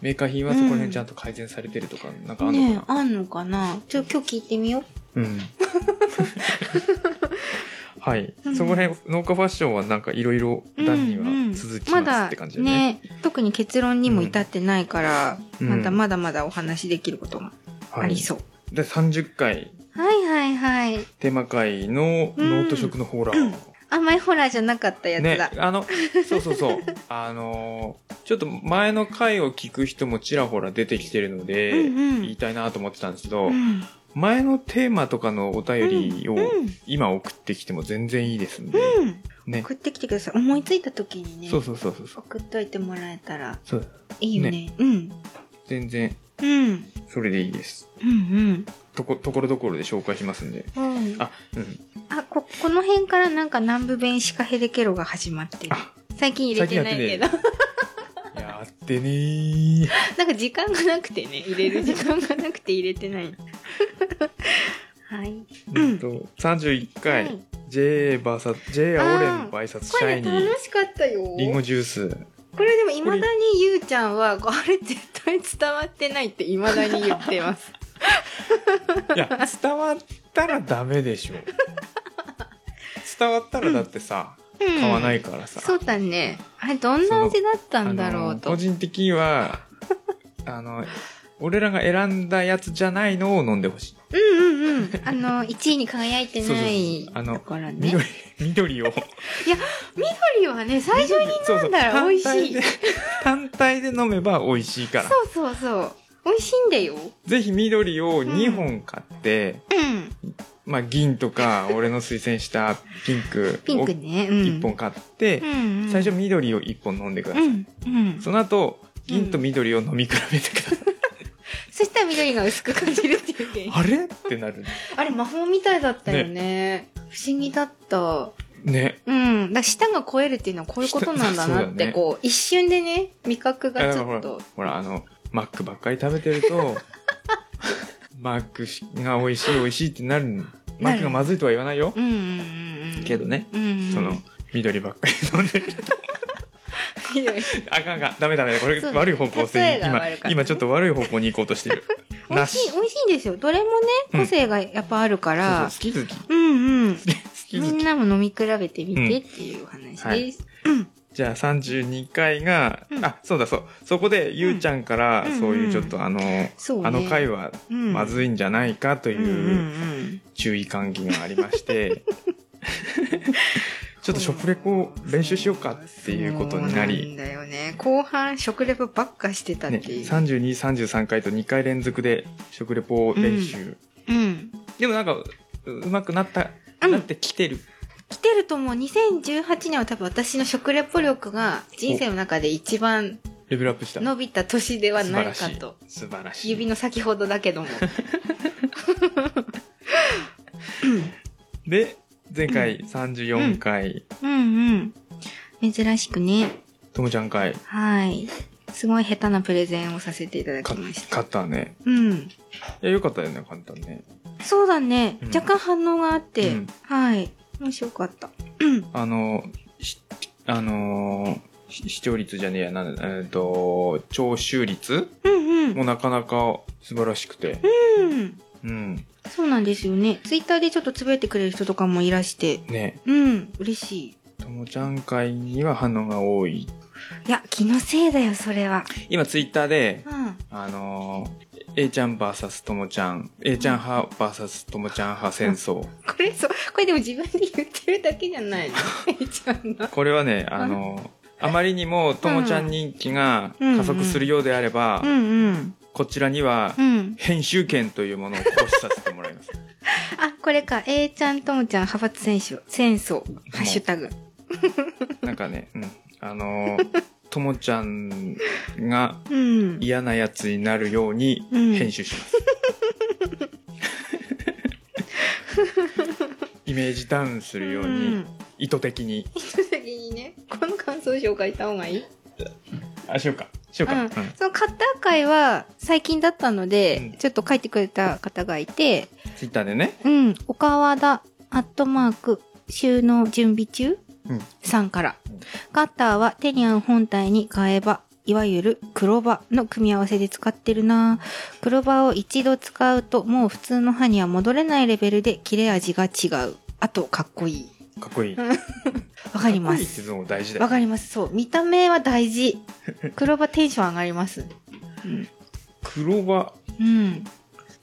S1: メーカー品はそこら辺ちゃんと改善されてるとか、なんか
S2: う
S1: あんのか
S2: んねえ
S1: な、
S2: あんのかなちょ今日聞いてみよ
S1: うん。 はい、
S2: うん
S1: そこら辺農家ファッションはなんかいろいろ段には続き
S2: ま
S1: ます
S2: だ
S1: って感じだね,、
S2: 特に結論にも至ってないから、
S1: うん
S2: またまだまだお話できることが
S1: は
S2: あ
S1: い
S2: りそう。
S1: で30回
S2: はい、はい、はい。
S1: テーマ会のノート食のホラー、
S2: あんまりホラーじゃなかったやつ
S1: ね
S2: だ。、
S1: あの、そうそうそう。あのーちょっと前の回を聞く人もちらほら出てきてるので、
S2: うんうん
S1: 言いたいなと思ってたんですけど、
S2: うん
S1: 前のテーマとかのお便りを
S2: うん
S1: 今送ってきても全然いいですんで、
S2: うん
S1: ね。
S2: 送ってきてください。思いついた時にね
S1: そ、うそうそうそうそう。
S2: 送っといてもらえたら
S1: そう
S2: いいよね。うん。
S1: 全然
S2: うん。
S1: それでいいです。
S2: うん
S1: とこ、ところどころで紹介しますんで。
S2: うん。うん、
S1: あ、うん。
S2: あこ、この辺からなんか南部弁シカヘデケロが始まってる。
S1: あ、
S2: 最近入れてないけど。
S1: やってねー。
S2: なんか時間がなくてね、入れる時間がなくて入れてない。はい。
S1: うんと、31回、
S2: はい
S1: J バーサ、J アオレンバイサスシ
S2: こ
S1: ャ
S2: れ
S1: イ
S2: ね
S1: ニー
S2: 楽、しかったよ。
S1: リンゴジュース。
S2: これでもいまだにゆうちゃんは、あれ絶対伝わってないっていまだに言ってます。
S1: いや伝わったらダメで しょ伝わったらだってさ、
S2: 買
S1: 買わないからさ、
S2: そうだね。あれ、どんな味だったんだろ
S1: あ
S2: う
S1: の
S2: と。
S1: 個人的に はあの俺らが選んだやつじゃないのを飲んでほしい、
S2: うんうんうん。あの、1位に輝いて
S1: そうそう
S2: な
S1: そ
S2: いう
S1: あの
S2: ところね。
S1: 緑緑 を
S2: 緑はね、最初に
S1: そう
S2: 飲んだら美味
S1: 単体
S2: しい
S1: で。 単体で飲めば美味しいから
S2: そうそうそう。美味しいんだよ。う
S1: ぜひ緑を2本買って、
S2: ん。
S1: まあ銀と か俺の推薦したピンク
S2: ピン
S1: を
S2: クね。うん。
S1: 1本買って、
S2: うんうん。
S1: 最初緑を1本飲んでくださ
S2: う
S1: い、
S2: ん。うん。
S1: その後銀と緑を飲み比べてください、
S2: そしたら緑が薄く感じるっていう現象
S1: あれってなる
S2: あれ、魔法みたいだったよね。不思議だった。
S1: ね
S2: うん。だから舌が超えるっていうのはこういうことなん
S1: 舌
S2: だなっ
S1: そうだ
S2: て、
S1: ね
S2: こう、一瞬でね、味覚がち
S1: あほ
S2: ょっ
S1: ら
S2: と。
S1: ほらあのマックばっかり食べてる とマックが美味しい美味しいってなるマックがまずいとは言わないよ
S2: うんうんうんうん。
S1: けどね、
S2: うんうん、
S1: その緑ばっかり 飲んでる
S2: ひどい
S1: あかんあかんダメダメこれ
S2: そう
S1: 悪い方向性
S2: 例え
S1: に
S2: が
S1: 今
S2: 悪かったね
S1: 今ちょっと悪い方向に行こうとしてる
S2: 美味しい、美味しいですよ。どれも
S1: うん
S2: ね、個性がやっぱあるか
S1: そう
S2: ら。
S1: そう好き好き好
S2: うんうん。
S1: き好き
S2: み
S1: 好
S2: ん
S1: き
S2: なも飲み比べてみてっていう話
S1: うんは
S2: で
S1: い
S2: す。
S1: じゃあ32回が、
S2: うん
S1: あそうだそうそこでゆうちゃんから
S2: うん
S1: そういうちょっとあの、
S2: そうね。
S1: あの回は
S2: うん、
S1: まずいんじゃないかと
S2: い
S1: いう、
S2: うん
S1: 注意喚起がありまして ちょっと食レポを練習しようかっていうことにな
S2: そう
S1: り
S2: んだよね。後半食レポばっかしてたっ
S1: ね、
S2: ていう。
S1: 3233回と2回連続で食レポ練習、
S2: うん。
S1: でもなんかううまくなった、
S2: うん
S1: なってきてる
S2: 来てるともう2018年は多分私の食レポ力が人生の中で一番
S1: レベルアップした
S2: 伸びた年では
S1: 素晴
S2: ない
S1: らし
S2: か
S1: い
S2: と。
S1: 素晴らし
S2: 指
S1: い
S2: の先ほどだけども。
S1: で前回34回、
S2: うんうん。珍しくね。
S1: ともちゃん会
S2: はい。すごい下手なプレゼンをさせていただ
S1: か
S2: きました。
S1: 勝ったね
S2: うん。
S1: いやよかったよね簡単ね
S2: そうだね
S1: う。ん
S2: 若干反応があって、
S1: うん
S2: はい。面白かった。
S1: あのしあのーし視聴率じゃねえやなんだえっと聴取率
S2: うんうん。
S1: もうなかなか素晴らしくて、
S2: うん。
S1: うん、
S2: そうなんですよね。ツイッターでちょっとつぶやいてくれる人とかもいらして、
S1: ね
S2: うん、嬉しい。
S1: ともちゃん会には反応が多い
S2: いや、気のせいだよ、それは。
S1: 今ツイッターで
S2: うん。
S1: あのー A ちゃん VS ともちゃん A ちゃん派 VS ともちゃん派戦争
S2: これそう、これでも自分で言ってるだけじゃ ないの。えいちゃんが。
S1: これはねあのーあまりにもともちゃん人気が
S2: うん
S1: 加速するようであれば、
S2: うんうん。
S1: こちらには
S2: うん。
S1: 編集権というものを行使させてもらいます
S2: あ、これか。えいちゃん、ともちゃん、派閥選手、戦争、ハッシュタグ。
S1: なんかね、うん、あのーともちゃんが
S2: うん。
S1: 嫌なやつになるように
S2: うん
S1: 編集します、 イメージダウンするように
S2: ん。
S1: 意図的に、
S2: 次にね、この感想紹介した方がいい
S1: あしようかしようか、
S2: う
S1: うんん
S2: そのカッター会は最近だったので、
S1: うん
S2: ちょっと書いてくれた方がいて、
S1: ツイッターでね
S2: うん、岡和田アットマーク収納準備中、
S1: うん
S2: さんから
S1: うん。
S2: カッターはテニアン本体に買えば、いわゆる黒刃の組み合わせで使ってるなぁ黒刃を一度使うともう普通の刃には戻れないレベルで切れ味が違う。あと、かっこいい。
S1: かっこいい。かっ
S2: わかり
S1: こ
S2: ま
S1: いいっ
S2: す。
S1: てのも大事だ
S2: わ
S1: よ。
S2: かります。そう。見た目は 大事。黒場テンション上がります。
S1: 黒羽。
S2: うん。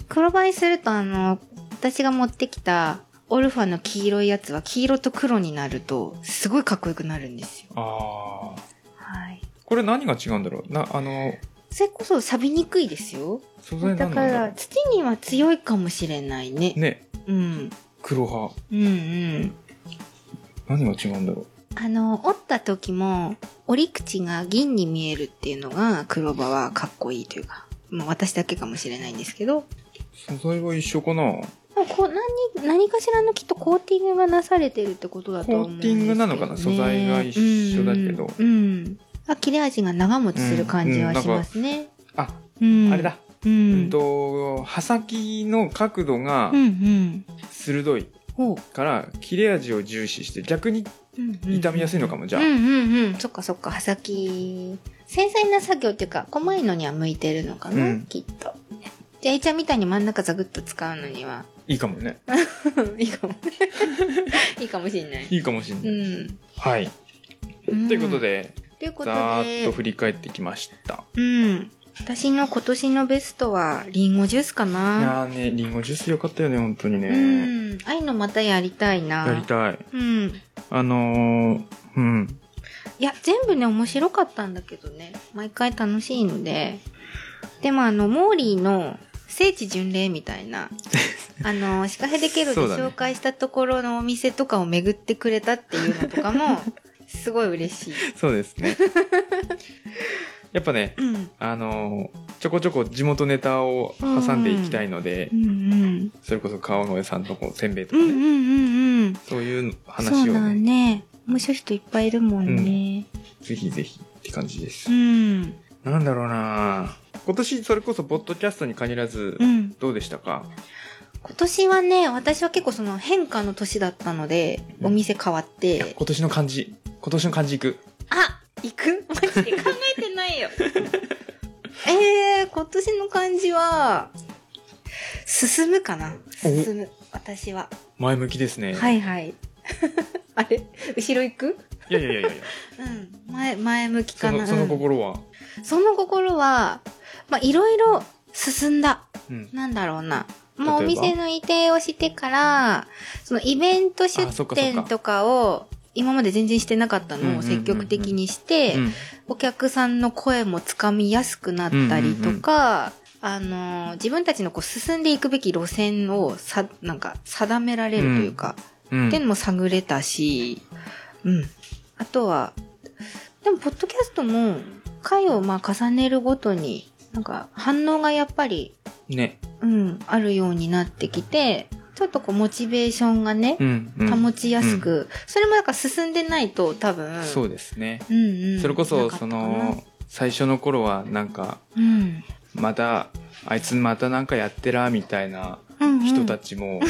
S2: 黒場にすると、あの、私が持ってきた、オルファの黄色いやつは黄色と黒になると、すごいかっこよくなるんですよ。
S1: ああ。
S2: はい。
S1: これ何が違うんだろうな、あの、
S2: それこそ錆びにくいですよ。
S1: 素材
S2: だ
S1: 何
S2: か
S1: なんだ
S2: ら、
S1: ろ
S2: 土には強いかもしれないね。
S1: う。ね、
S2: うん。
S1: 黒羽。
S2: うんうん。
S1: 何が違うんだろう。
S2: あの、折った時も、折り口が銀に見えるっていうのが、黒場はかっこいいというか、まあ私だけかもしれないんですけど、
S1: 素材は一緒かな
S2: まあこう何、何かしらのきっとコーティングがなされてるってことだと思うんですけど、ね。
S1: コーティングなのかな素材が一緒だけど
S2: うんうん。うんあ切れ味が長持ちする感じはしますね。
S1: あ、
S2: うん。
S1: あれだ。
S2: う。
S1: うん
S2: うん
S1: んと、刃先の角度が
S2: うん。
S1: 鋭い
S2: ほ
S1: から、切れ味を重視して、逆に
S2: ううんうん。
S1: 傷みやすいのかも、じゃあ
S2: うん。うんうんそっかそっか刃先繊細な作業っていうか細いのには向いてるのかな、
S1: うん
S2: きっとじゃあ A ちゃんみたいに真ん中ザグッと使うのには
S1: いいかもね。
S2: いいかも いいかもしんない
S1: いいかもしれ
S2: う
S1: ない。
S2: ん
S1: はい。と
S2: ん
S1: いうことで、
S2: ということ
S1: ざーっと振り返ってきました。
S2: でうん私の今年のベストはリンゴジュースか
S1: い
S2: な
S1: やーね、リンゴジュースよかったよね、本当に
S2: う
S1: ね。
S2: ん愛のまたやりたいな
S1: やりたい。
S2: うん
S1: あのー、うん。
S2: いや、全部ね、面白かったんだけどね。毎回楽しいので。でも、あの、モーリーの聖地巡礼みたい な、あの、シカヘデケロで
S1: そうだね
S2: 紹介したところのお店とかを巡ってくれたっていうのとか も、すごい嬉しい。
S1: そうです ね。やっぱね、
S2: うん。
S1: あのーちょこちょこ地元ネタを挟んでいきたいので
S2: う、んうん。
S1: それこそ川越さんとこせんべいと
S2: う
S1: か
S2: ん
S1: ね、
S2: うんうんうん。
S1: そういう
S2: そう
S1: 話を
S2: だ
S1: ね
S2: ね。面白い人いっぱいいるもんね。
S1: ぜひぜひって感じです
S2: う、ん。
S1: なんだろうな今年それこそポッドキャストに限らず
S2: うん。
S1: どうでしたか、
S2: 今年はね、私は結構その変化の年だったので、お店変わって。
S1: 今年の漢字今年の漢字いく
S2: あ行く マジで考えてないよ。 えー、今年の漢字は、進むかな
S1: お
S2: 進む。私は。
S1: 前向きですね、、
S2: はいいはい。 あれ後ろ行く
S1: やいやいやいやいや
S2: うん。前、前向き
S1: そ
S2: かな。
S1: のその
S2: うん
S1: 心は、
S2: その心は、まあ、いろいろ進んだ。
S1: うん、
S2: なんだろうな。もうお
S1: 例えば
S2: 店の移転をしてから、そのイベント
S1: あ
S2: 出
S1: そっかそっか
S2: 店とかを、今まで全然してなかった
S1: うんうんうん
S2: の
S1: うん
S2: を積極的にして、
S1: うん
S2: お客さんの声もつかみやすくなったりとか、あのー自分たちのこう進んでいくべき路線をさ、なんか定められるというか、
S1: うん
S2: っていうのも探れたし、うん。あとは、でも、ポッドキャストも、回をまあ重ねるごとに、なんか反応がやっぱり、
S1: ね
S2: うん、あるようになってきて、ちょっとこうモチベーションがね
S1: う、ん、うん、
S2: 保ちやすく、それもなんか進んでないと多分、
S1: そうですね、
S2: うんうん、
S1: それこ
S2: な
S1: そ
S2: かった
S1: そ
S2: かな
S1: の、最初の頃はなんか
S2: うん、
S1: またあいつまたなんかやってらみたいな人た
S2: ち
S1: ち も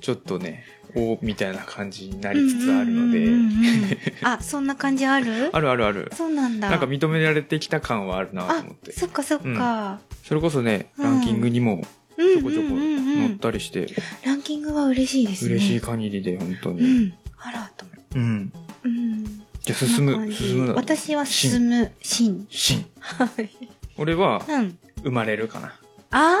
S1: ちょっとね、おみたいな感じになりつつあるので、
S2: あそんな感じある
S1: あるあるある
S2: そうなんだ
S1: なんか認められてきた感はあるなと思って
S2: あそっかそっか、
S1: それこそね
S2: うん
S1: ランキングにも
S2: う
S1: ち
S2: ん、
S1: ょこちょこ
S2: うんうんうんう
S1: 載っ
S2: ん
S1: たりして
S2: ランキングは嬉しいですね
S1: 嬉しい限りで本当
S2: う
S1: に
S2: んあらと思
S1: う
S2: う
S1: ん
S2: うん
S1: じゃあ進
S2: こんな感
S1: む
S2: じ
S1: 進むだ
S2: 私は進むシン
S1: 進
S2: はい
S1: 俺は
S2: うん
S1: 生まれるかな
S2: ああ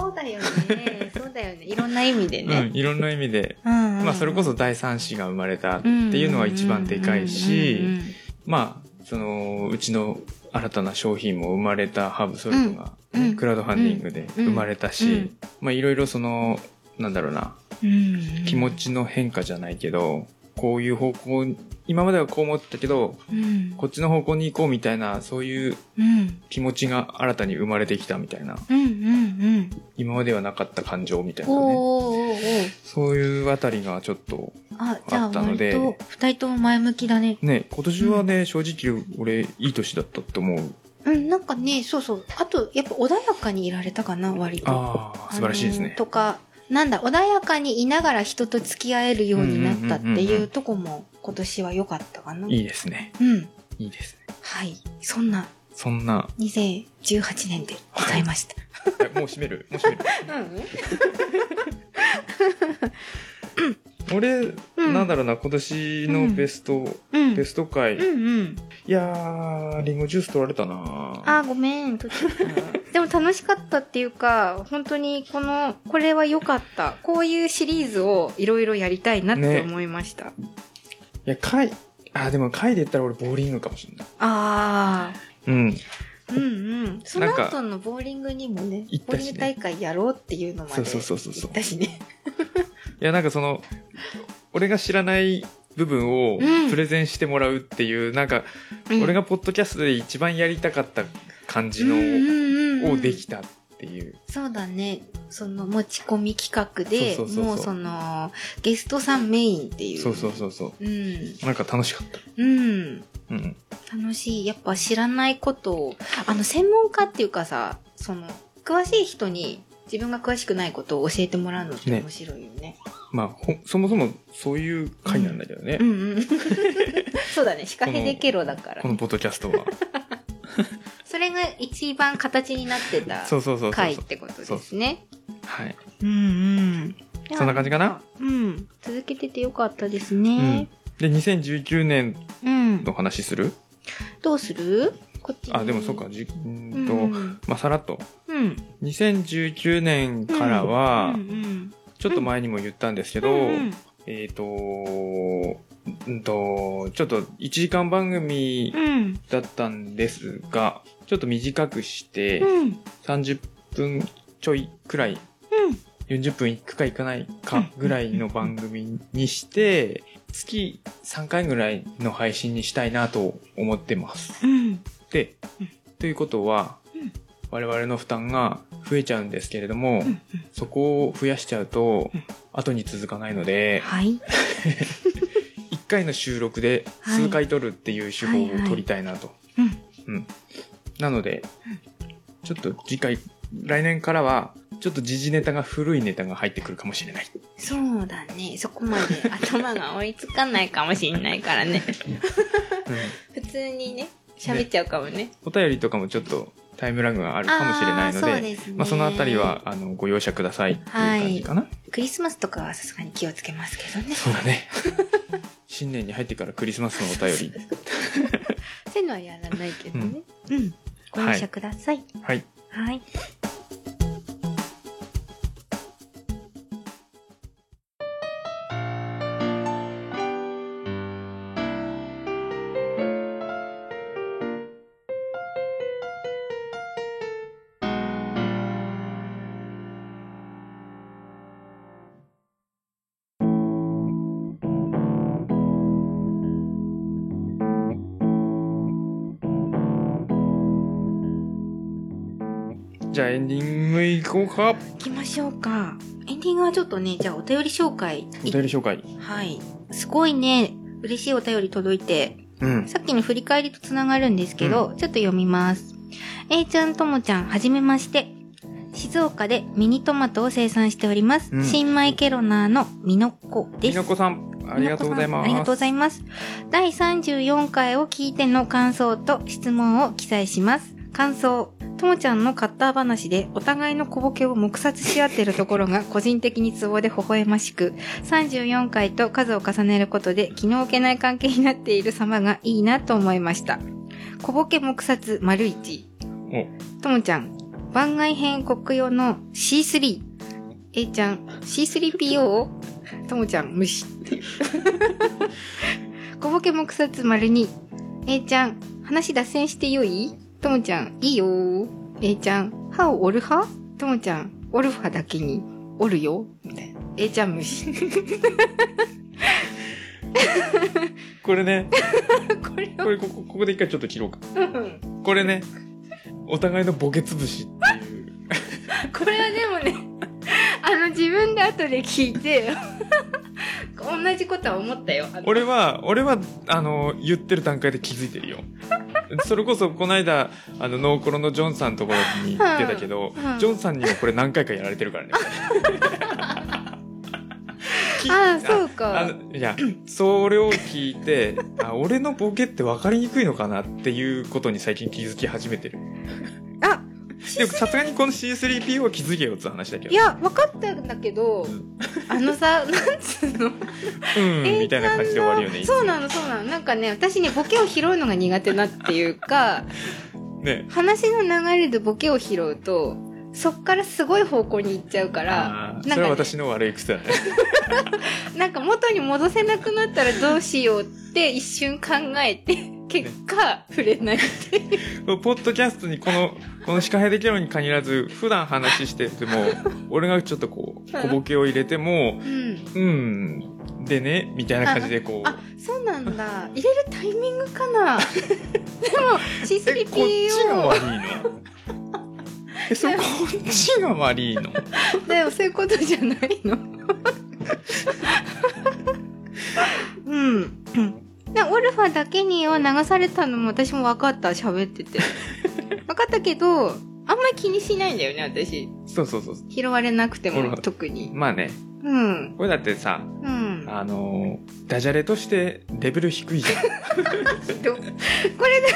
S2: そうだよねそうだよねいろんな意味で
S1: うん
S2: ね、
S1: いろんな意味で
S2: うんうん
S1: まあそれこそ第三子が生まれたっていうのは一番でかい
S2: うんうんうん
S1: し
S2: うん
S1: まあそのうちの新たな商品も生まれたハーブソルトが
S2: うんうん
S1: クラウドファンディングで生まれた
S2: う
S1: し
S2: ん
S1: まあいろいろそのなんだろうな
S2: うんうん
S1: 気持ちの変化じゃないけど、こういう方向に、今まではこう思ってたけど、
S2: うん
S1: こっちの方向に行こうみたいな、そういう
S2: うん
S1: 気持ちが新たに生まれてきたみたいな、
S2: うんうん
S1: 今まではなかった感情みた
S2: う
S1: い
S2: ん
S1: なね。
S2: おーおーおーおー
S1: そういうあたりがちょっと、
S2: あ、じゃ
S1: あ
S2: あ
S1: ったの
S2: 割
S1: で
S2: と二人とも前向きだね。
S1: ね、今年はね、正直俺、いい年だったと思う。
S2: うん、なんかね、そうそう。あと、やっぱ穏やかにいられたかな、割と。
S1: ああ、素晴らしいです
S2: あの
S1: ね
S2: ー。とか、なんだ、穏やかにいながら人と付き合えるようになったって
S1: うんうんうんう
S2: い
S1: んう
S2: うとこも今年は良かったかな。
S1: いいですね。
S2: うん。
S1: いいですね。
S2: はい。そんな
S1: そん な、
S2: 2018年でございました。
S1: いやもう閉めるもう閉める。
S2: うん
S1: 俺、
S2: うん
S1: なんだろうな、今年のベスト、
S2: うん。
S1: ベスト回。
S2: うんうん。
S1: いやー、リンゴジュース取られたな
S2: あーごめん。撮っちゃったでも楽しかったっていうか、本当にこの、これは良かった。こういうシリーズをいろいろやりたいなって
S1: ね
S2: 思いました。
S1: いや、回、あー、でも回で言ったら俺ボーリングかもしれない。
S2: ああ。
S1: うん。
S2: うんうん。そ
S1: なん
S2: の
S1: か
S2: 後のボーリングにもね、
S1: 行っ
S2: ボー
S1: たしね
S2: リング大会やろうっていうのまで
S1: そうそう
S2: 行
S1: そうそうそう
S2: っ。たしね。
S1: いや、なんかその、俺が知らない部分を
S2: うん
S1: プレゼンしてもらうっていう、なんか、俺
S2: が
S1: がポッドキャストで一番やりたかった感じの、をできたっていう。
S2: そうだね。その持ち込み企画で、
S1: そうそうそうそう
S2: もうその、ゲストさんメインっていう。。
S1: そうそうそうそう
S2: うん。
S1: う。なんか楽しかった。
S2: うん。
S1: うん。
S2: 楽しい。やっぱ知らないことを、あの、専門家っていうかさ、その、詳しい人に自分が詳しくないことを教えてもらうのって
S1: ね
S2: 面白いよね。
S1: まあ、ほそもそもそういう回なんだけどね。
S2: うんうん。 そうだね。シカヘデケロだから
S1: こ。のポッドキャス トは。
S2: それが一番形になってた
S1: そうそうそうそう
S2: 回っ
S1: そう。
S2: てことですね。
S1: はい。
S2: うんうん。
S1: そんな感じかな
S2: うん。続けててよかったですね。
S1: で、2019年
S2: うん。
S1: の話する
S2: どうするこっちに
S1: あ、でもそうか、じ、う
S2: う
S1: ーん
S2: ん
S1: と、
S2: うん
S1: まあ、さらっと。
S2: うん
S1: 2019年からは
S2: う、ん
S1: ちょっと前にも言ったんですけど、
S2: うん
S1: えっ、とうんと、ちょっと1時間番組
S2: うん
S1: だったんですが、ちょっと短くして、
S2: うん
S1: 30分ちょいくらい、40分いくかいかないかぐらいの番組にして、月3回ぐらいの配信にしたいなと思ってます。
S2: うん
S1: で
S2: うん、
S1: ということは
S2: うん、
S1: 我々の負担が増えちゃうんですけれども
S2: うん、
S1: そこを増やしちゃうと
S2: うん、
S1: 後に続かないので、
S2: は
S1: 1
S2: い
S1: 回の収録で数回撮るっていう手法を取りたいなと。
S2: うん
S1: うん。なので、ちょっと次回、来年からは、ちょっと時事ネタが古いネタが入ってくるかもしれない。
S2: そうだねそこまで頭が追いつかないかもしれないから ね普通にね喋っちゃうかもね
S1: お便りとかもちょっとタイムラグがあるかもしれないの
S2: あーそう
S1: で、
S2: ですね
S1: まあそのあたりは、あの、ご容赦くださいっていう感じかな。
S2: クリスマスとかはさすがに気をつけますけどね
S1: そうだね。 新年に入ってからクリスマスのお便り。
S2: そういうのはやらないけどねうんご容赦ください
S1: はい。
S2: はい
S1: じゃあエンディングいこうか。
S2: 行きましょうかエンディングはちょっとねじゃあお便り紹介
S1: お便り紹介。
S2: はいすごいね嬉しいお便り届いて
S1: うん。
S2: さっきの振り返りとつながるんですけど、ちょっと読みます。A ちゃんともちゃん、はじめまして。静岡でミニトマトを生産しております。
S1: うん
S2: 新米ケロナーのみのっこで
S1: み
S2: す。
S1: のこさん、ありがとうございます。
S2: ありがとうございます。第34回を聞いての感想と質問を記載します。感想。ともちゃんのカッター話でお互いの小ボケを黙殺し合ってるところが 個人的にツボで微笑ましく、34回と数を重ねることで気の置けない関係になっている様がいいなと思いました。小ボケ黙殺丸一。ともちゃん、番外編国用の C3。A ちゃん、C3PO をともちゃん無視っていう。小ボケ目殺丸に A ちゃん、話脱線してよいともちゃん、いいよー。A ちゃん、歯を折る派ともちゃん、折る派だけに、折るよみたいな。A ちゃん無視。
S1: これね、
S2: これ
S1: これここ、ここで一回ちょっと切ろうか。
S2: うん
S1: これね、お互いのボケ潰しっていう。
S2: これはでもね、 あの自分で後で聞いて、 同じことは思ったよ。あの
S1: 俺は、俺は、あの、言ってる段階で気づいてるよ。それこそ、この間、あの、ノーコロのジョンさんのところに行ってたけど、
S2: うんうん
S1: ジョンさんにもこれ何回かやられてる からね。き
S2: ああ、そう
S1: あ
S2: か。
S1: のいや、それを聞いて、あ、俺のボケって分かりにくいのかなっていうことに最近気づき始めてる。
S2: あ、
S1: でもさすがにこの C3PO は気づけよって話だけど
S2: いや分かったんだけど
S1: うん
S2: あのさなんつうの
S1: うんみたいな感じで終わるよねいつ
S2: そうなのそうなのなんかね私ねボケを拾うのが苦手なっていう か
S1: ね
S2: 話の流れでボケを拾うとそっからすごい方向に行っちゃうから
S1: あー
S2: な
S1: そ
S2: ん
S1: れは
S2: か,、
S1: 私の悪い癖だね
S2: なんか元に戻せなくなったらどうしようって一瞬考えて結果触れ ないっていう
S1: ポッドキャストにこのこの「シカヘデキャロ」に限らず普段話してて も俺がちょっとこう小ボケを入れても
S2: うん
S1: 「うん」でねみたいな感じでこう
S2: あそうなんだ入れるタイミングか なでも
S1: えこっちが
S2: C3PO
S1: 悪い のえそれこっちが悪いの
S2: だよそういうことじゃないのうんでオルファだけには流されたのも私も分かった喋ってて分かったけどあんまり気にしないんだよね私
S1: そうそうそう
S2: 拾われなくて
S1: オルフ
S2: も
S1: ァ
S2: 特に
S1: まあね
S2: うん
S1: これだってさ
S2: うん
S1: あのーダジャレとしてレベル低いじゃん
S2: どこれで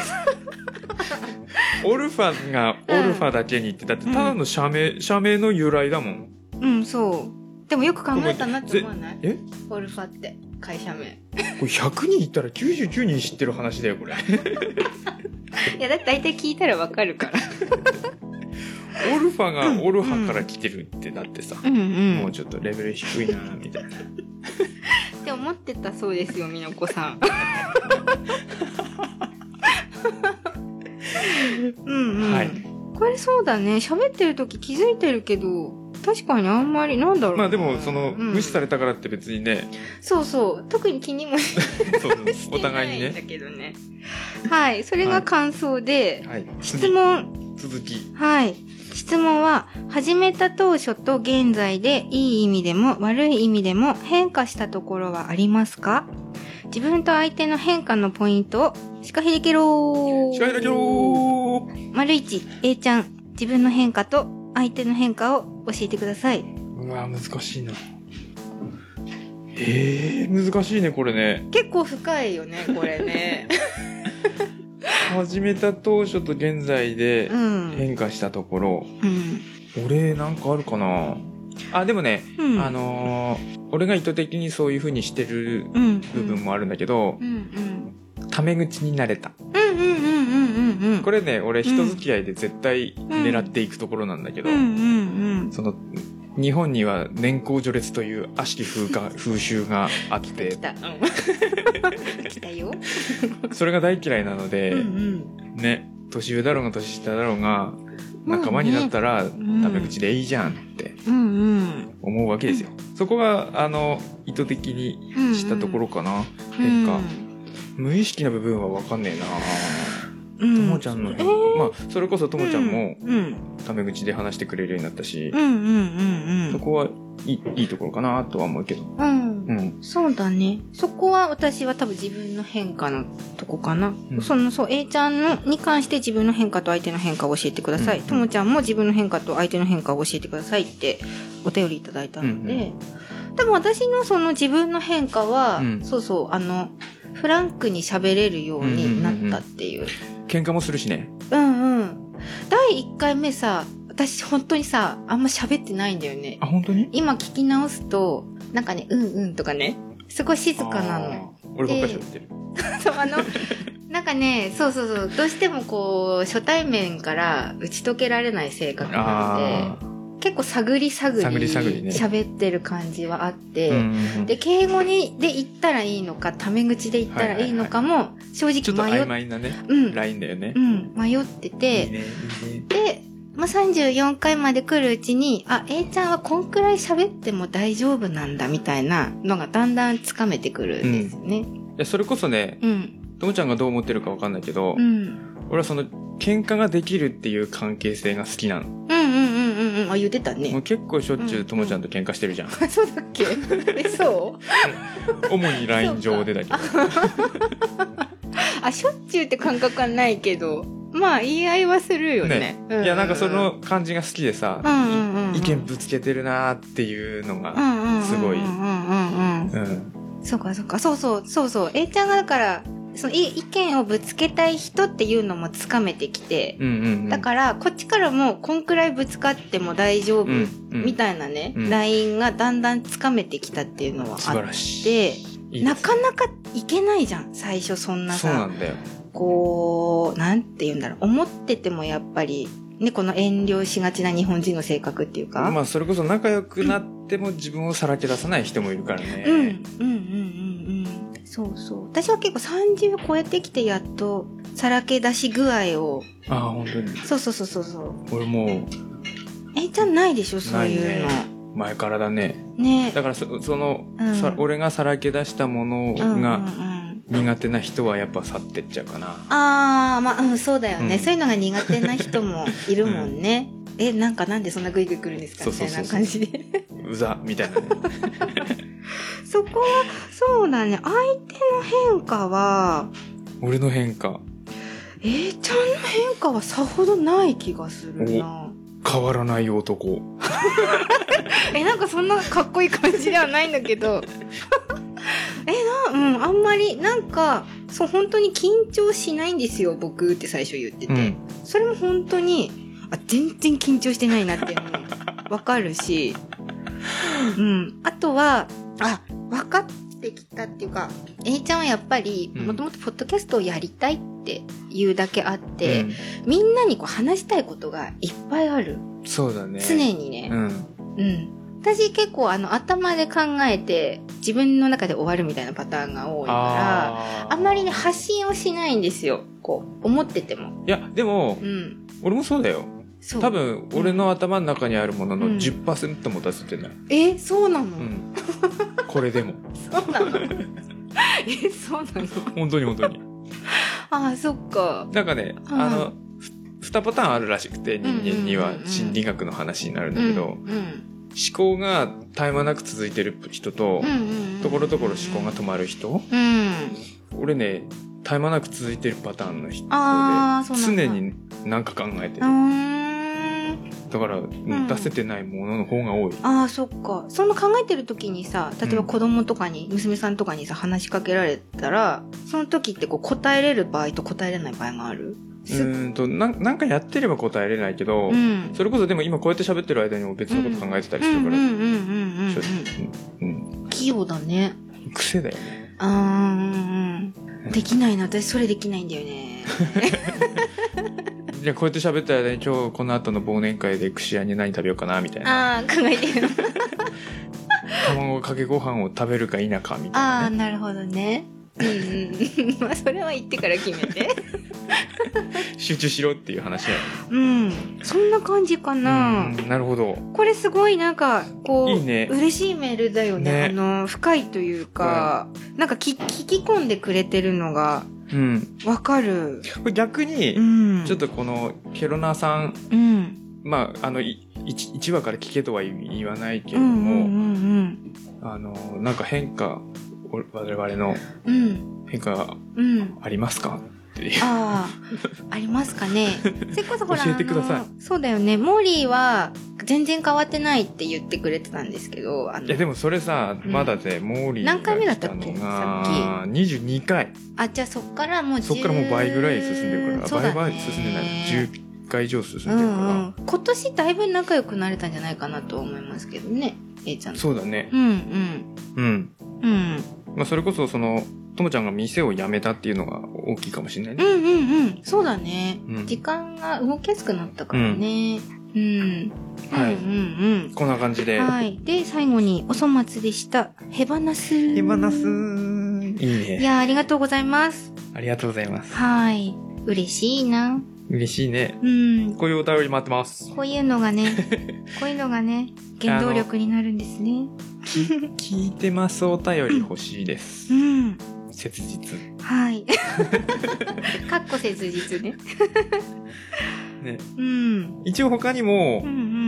S1: オルファがオルファだけにってだってただの社名、社名の由来だもん
S2: うんそうでもよく考えたなって思わない
S1: え
S2: オルファって会社名
S1: これ100人いったら99人知ってる話だよ これ
S2: いやだって大体聞いたら分かるから
S1: オルファがオルファから来てるってだってさ、
S2: うん
S1: もうちょっとレベル低いなみたいな
S2: って思ってたそうですよみの こさんうん、うん
S1: はい
S2: これそうだね喋ってる時気づいてるけど確かにあんまりなんだろう
S1: ま
S2: な
S1: あでもその、
S2: うん
S1: 無視されたからって別にね
S2: そうそう特に気にもし
S1: そう そうお
S2: てな
S1: 互いに
S2: いんだ
S1: ね
S2: けどねはいそれが感想で、
S1: はい
S2: 質問
S1: 続き
S2: はい質問は始めた当初と現在でいい意味でも悪い意味でも変化したところはありますか自分と相手の変化のポイントをシカヘリケロー
S1: シカヘデキャロー
S2: 丸一 A ちゃん自分の変化と相手の変化を教えてくださいう
S1: わ難しいなえー、難しいねこれね
S2: 結構深いよねこれね
S1: 始めた当初と現在で
S2: うんうん
S1: 変化したところ、俺なんかあるかなあでもね、
S2: うん
S1: あのー俺が意図的にそういう風にしてる
S2: うん
S1: 部分もあるんだけど
S2: う、んうん
S1: タメ口になれた
S2: うんうんうんうんうんうん
S1: こ
S2: れ
S1: れね俺人付き合いで絶対狙っていくところなんだけど、
S2: うんうん
S1: その日本には年功序列という悪しき風化風習があっ
S2: うん
S1: て
S2: 来たうん来たよ
S1: それが大嫌いなので、
S2: うんうん
S1: ね年上だろうが年下だろうが仲間になったら
S2: ん
S1: タメ口でいいじゃんって
S2: うんうん
S1: 思うわけですよ、そこがあの意図的にしたところかな、変化、無意識な部分は分かんねえな
S2: うん
S1: と
S2: うん
S1: もちゃんの変化、まあそれこそともちゃんも
S2: うん
S1: タメ口で話してくれるようになったし
S2: う、んうんうんう
S1: そ
S2: ん
S1: こはいいいいところかなとは思うけど
S2: うん
S1: うん
S2: そうだね。そこは私は多分自分の変化のとこかな。
S1: うん
S2: その、そう、A ちゃんのに関して自分の変化と相手の変化を教えてください。
S1: うん
S2: ともちゃんも自分の変化と相手の変化を教えてくださいってお便りいただいたので、多分私のその自分の変化は、
S1: うん
S2: そうそう、あの、フランクに喋れるようになったっていう。
S1: 喧嘩もするしね
S2: うんうん。第1回目さ、私本当にさ、あんま喋ってないんだよね。
S1: あ本当に
S2: 今聞き直すと、なんかね、うんうんとかね、すごい静かなの。
S1: あー俺ばっかり喋ってる、
S2: そうあのなんかねそうそうそうどうしてもこう初対面から打ち解けられない性格な
S1: ああ
S2: ので結構探り探り
S1: 探り探りね
S2: 喋ってる感じはあって、
S1: うんうんうん
S2: で敬語にで言ったらいいのかタメ口で言ったらいいのかも正
S1: ちょっ
S2: 直
S1: と
S2: 迷っ
S1: 曖昧なね
S2: うん
S1: ラインだよね、
S2: うん、迷ってて
S1: いいねいいね
S2: で、まあ、34回まで来るうちにあ A ちゃんはこんくらい喋っても大丈夫なんだみたいなのがだんだんつかめてくるんですよね。
S1: いやそれこそね
S2: うん、
S1: ともちゃんがどう思ってるかわかんないけど、
S2: うん
S1: 俺はその喧嘩ができるっていう関係性が好きなの
S2: うんうんうんうんうんあ言ってた
S1: もう
S2: ね
S1: 結構しょっちゅ
S2: う
S1: うんともちゃんと喧嘩してるじゃん、
S2: そうだっけえそう
S1: 主にライン上でだけど
S2: あしょっちゅうって感覚はないけどまあ言い合いはするよねうう
S1: いやなんかその感じが好きでさ、
S2: うんうんうんうん
S1: い意見ぶつけてるなーっていうの
S2: う
S1: が、
S2: んうんうんうんうんうん
S1: うん
S2: そうかそうかそうそうそうそう A ちゃんがだからそのい意見をぶつけたい人っていうのもつかめてきて、
S1: うんうんうん。
S2: だからこっちからもこんくらいぶつかっても大丈夫
S1: うんうん
S2: みたいなね、
S1: うん
S2: ラインがだんだんつかめてきたっていうのは
S1: 素晴
S2: あっ
S1: らしい。
S2: て、
S1: いいで
S2: な
S1: す
S2: かなかいけないじゃん、最初そんな
S1: そうな
S2: さ、
S1: んだよ。
S2: こう、なんて言うんだろう、思っててもやっぱり、ね、この遠慮しがちな日本人の性格っていうか、
S1: まあ、それこそ仲良くなっても自分をさらけ出さない人もいるからね。
S2: うんうんうんうんうんそうそう私は結構30超えてきてやっとさらけ出し具合を
S1: ああ、本当に。
S2: そうそうそうそうそう
S1: 俺も
S2: えじゃあないでしょそういうの
S1: ないう、前からだね。
S2: ね
S1: だからそ、その、
S2: うん
S1: さ俺がさらけ出したもの
S2: うんうんうん
S1: が苦手な人はやっぱ去ってっちゃうかな。
S2: ああまあ、うん、そうだよね、
S1: うん
S2: そういうのが苦手な人もいるもんね、 えなんかなんでそんなグイグイ来るんですか
S1: そう
S2: み
S1: そ
S2: た
S1: うそう
S2: いな感じで
S1: うざみたいなね。
S2: そこはそうだね相手の変化は
S1: 俺の変化、
S2: えー、ちゃんの変化はさほどない気がするな
S1: 変わらない男。
S2: えなんかそんなかっこいい感じではないんだけど えなうんあんまりなんかそう本当に緊張しないんですよ僕って最初言ってて、
S1: うん。
S2: それも本当にあ全然緊張してないなっていうのもわか るしうんあとはあ分かってきたっていうか A ちゃんはやっぱり
S1: うん
S2: もともとポッドキャストをやりたいっていうだけあって、みんなにこう話したいことがいっぱいある、
S1: うん、そうだね。
S2: 常にね、
S1: うん。
S2: うん。私結構あの頭で考えて自分の中で終わるみたいなパターンが多いから、
S1: あ
S2: あ
S1: ー
S2: んまりね、発信をしないんですよ。こう、思ってても。
S1: いや、でも
S2: う、ん。
S1: 俺もそうだよ。
S2: そう。
S1: 多。分、俺の頭の中にあるものの
S2: うん
S1: 10%も出せてない。
S2: え、そうなの、
S1: うん。これでも。
S2: そうなの え、そうなの
S1: 本当に本当に。
S2: ああ、そっか。
S1: なんかね、
S2: はい
S1: あの、ふ2パターンあるらしくて、人間には
S2: うんうんうんうん
S1: 心理学の話になるん
S2: う
S1: だ
S2: ん。
S1: け
S2: うん
S1: ど、思考が絶え間なく続いてる人と
S2: うんう、んうん。
S1: ところどころ思考が止まる人、
S2: うん。
S1: 俺ね、絶え間なく続いてるパターンの人で、
S2: ああ、そうなんだ。
S1: 常。に何か考えてる。
S2: うーん。
S1: だから、
S2: ん
S1: 出せてないものの方が多い。
S2: ああそっかその考えてる時にさ例えば子供とかに、娘さんとかにさ話しかけられたらその時ってこう答えれる場合と答えれない場合がある
S1: うーんとなん、なんかやってれば答えれないけど、
S2: うん
S1: それこそでも今こうやって喋ってる間にも別のこと考えてたり
S2: う
S1: す
S2: ん
S1: る
S2: うんう
S1: か
S2: ん
S1: ら、
S2: うんうん
S1: しょうん、
S2: うん器用だね
S1: 癖だよね。
S2: あーうんうんできないな私それできないんだよ ね
S1: じゃあこうやって喋った間に今日この後の忘年会で串屋に何食べようかなみたいな。
S2: ああ考えてる
S1: 卵かけご飯を食べるか否かみたい
S2: あ
S1: な、
S2: あ
S1: ね。
S2: なるほどねうん うんまあそれは言ってから決めて
S1: 集中しろっていう話だよね。
S2: うんそんな感じかな、
S1: うんなるほど。
S2: これすごいなんかこう
S1: いいね
S2: 嬉しいメールだよね
S1: ね
S2: あの深いというか、なんか聞聞き込んでくれてるのが
S1: うん。
S2: わかる、
S1: これ逆に、
S2: うん、
S1: ちょっとこのケロナさん、
S2: うん
S1: まあ、あの、い一一話から聞けとは言わないけれ
S2: う
S1: ど
S2: んうんう
S1: も、
S2: ん
S1: あの、なんか変化、お我々の
S2: うんうん
S1: 変化
S2: うん
S1: ありますかっていう。
S2: ああありますか ねそれこそほら
S1: 教えてください
S2: あのそうだよねモーリーは全然変わってないって言ってくれてたんですけどあの
S1: いやでもそれさ、
S2: うん
S1: まだでモーリー
S2: 何回目だったっけさ
S1: っき22回
S2: あじゃあそっからもう10
S1: そっからもう倍ぐらい進んでるから
S2: そうだ
S1: 倍
S2: ね
S1: 倍進んでない10回以上進んで
S2: う
S1: るから、
S2: んうん、今年だいぶ仲良くなれたんじゃないかなと思いますけどね A ちゃんと
S1: そうだね
S2: うんうん
S1: うん、
S2: うん
S1: まあ、それこそそのともちゃんが店を辞めたっていうのが大きいかもしれない
S2: うん
S1: ね、
S2: うんうんそうだね、
S1: うん
S2: 時間が動きやすくなったからねうん、
S1: はい
S2: うんうん
S1: こんな感じ
S2: う
S1: で
S2: んはいで最後にお粗末でしたへばなす
S1: 手放す
S2: い
S1: いいね
S2: やありがとうございます
S1: ありがとうございます
S2: はい嬉しいな
S1: 嬉しいね
S2: うん
S1: こういうお便り待ってます
S2: こういうの がねこういうのがね原動力になるんですね
S1: 聞いてますお便り欲しいです
S2: うん
S1: 切実
S2: はい。かっこ切実ね。
S1: ね
S2: うん。
S1: 一応他にも、
S2: うん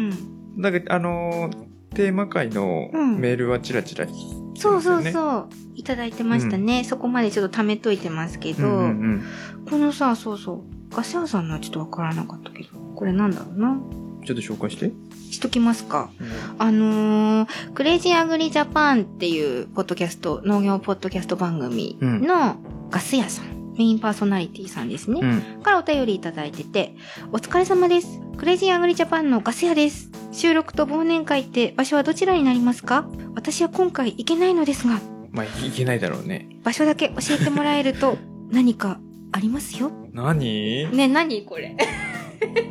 S1: なんか、あのーテーマ会の
S2: うん
S1: メールはチラチラ来て
S2: うん。
S1: ます
S2: そ
S1: よ
S2: うそう
S1: ね
S2: そう。いただいてましたね。そこまでちょっと貯めといてますけど。
S1: うんうん
S2: このさ、そうそう。ガシャーさんのはちょっとわからなかったけど。これなんだろうな。
S1: うんちょっと紹介して。
S2: しときますか。あのー、クレイジーアグリジャパンっていうポッドキャスト、農業ポッドキャスト番組のガス屋さんメインパーソナリティさんですね。
S1: うん。
S2: からお便りいただいてて、お疲れ様です。クレイジーアングリジャパンのガス屋です。収録と忘年会って場所はどちらになりますか私は今回行けないのですが、
S1: まあ、いいけないだろうね。
S2: 場所だけ教えてもらえる と何かありますよ。
S1: 何
S2: ね、何これ。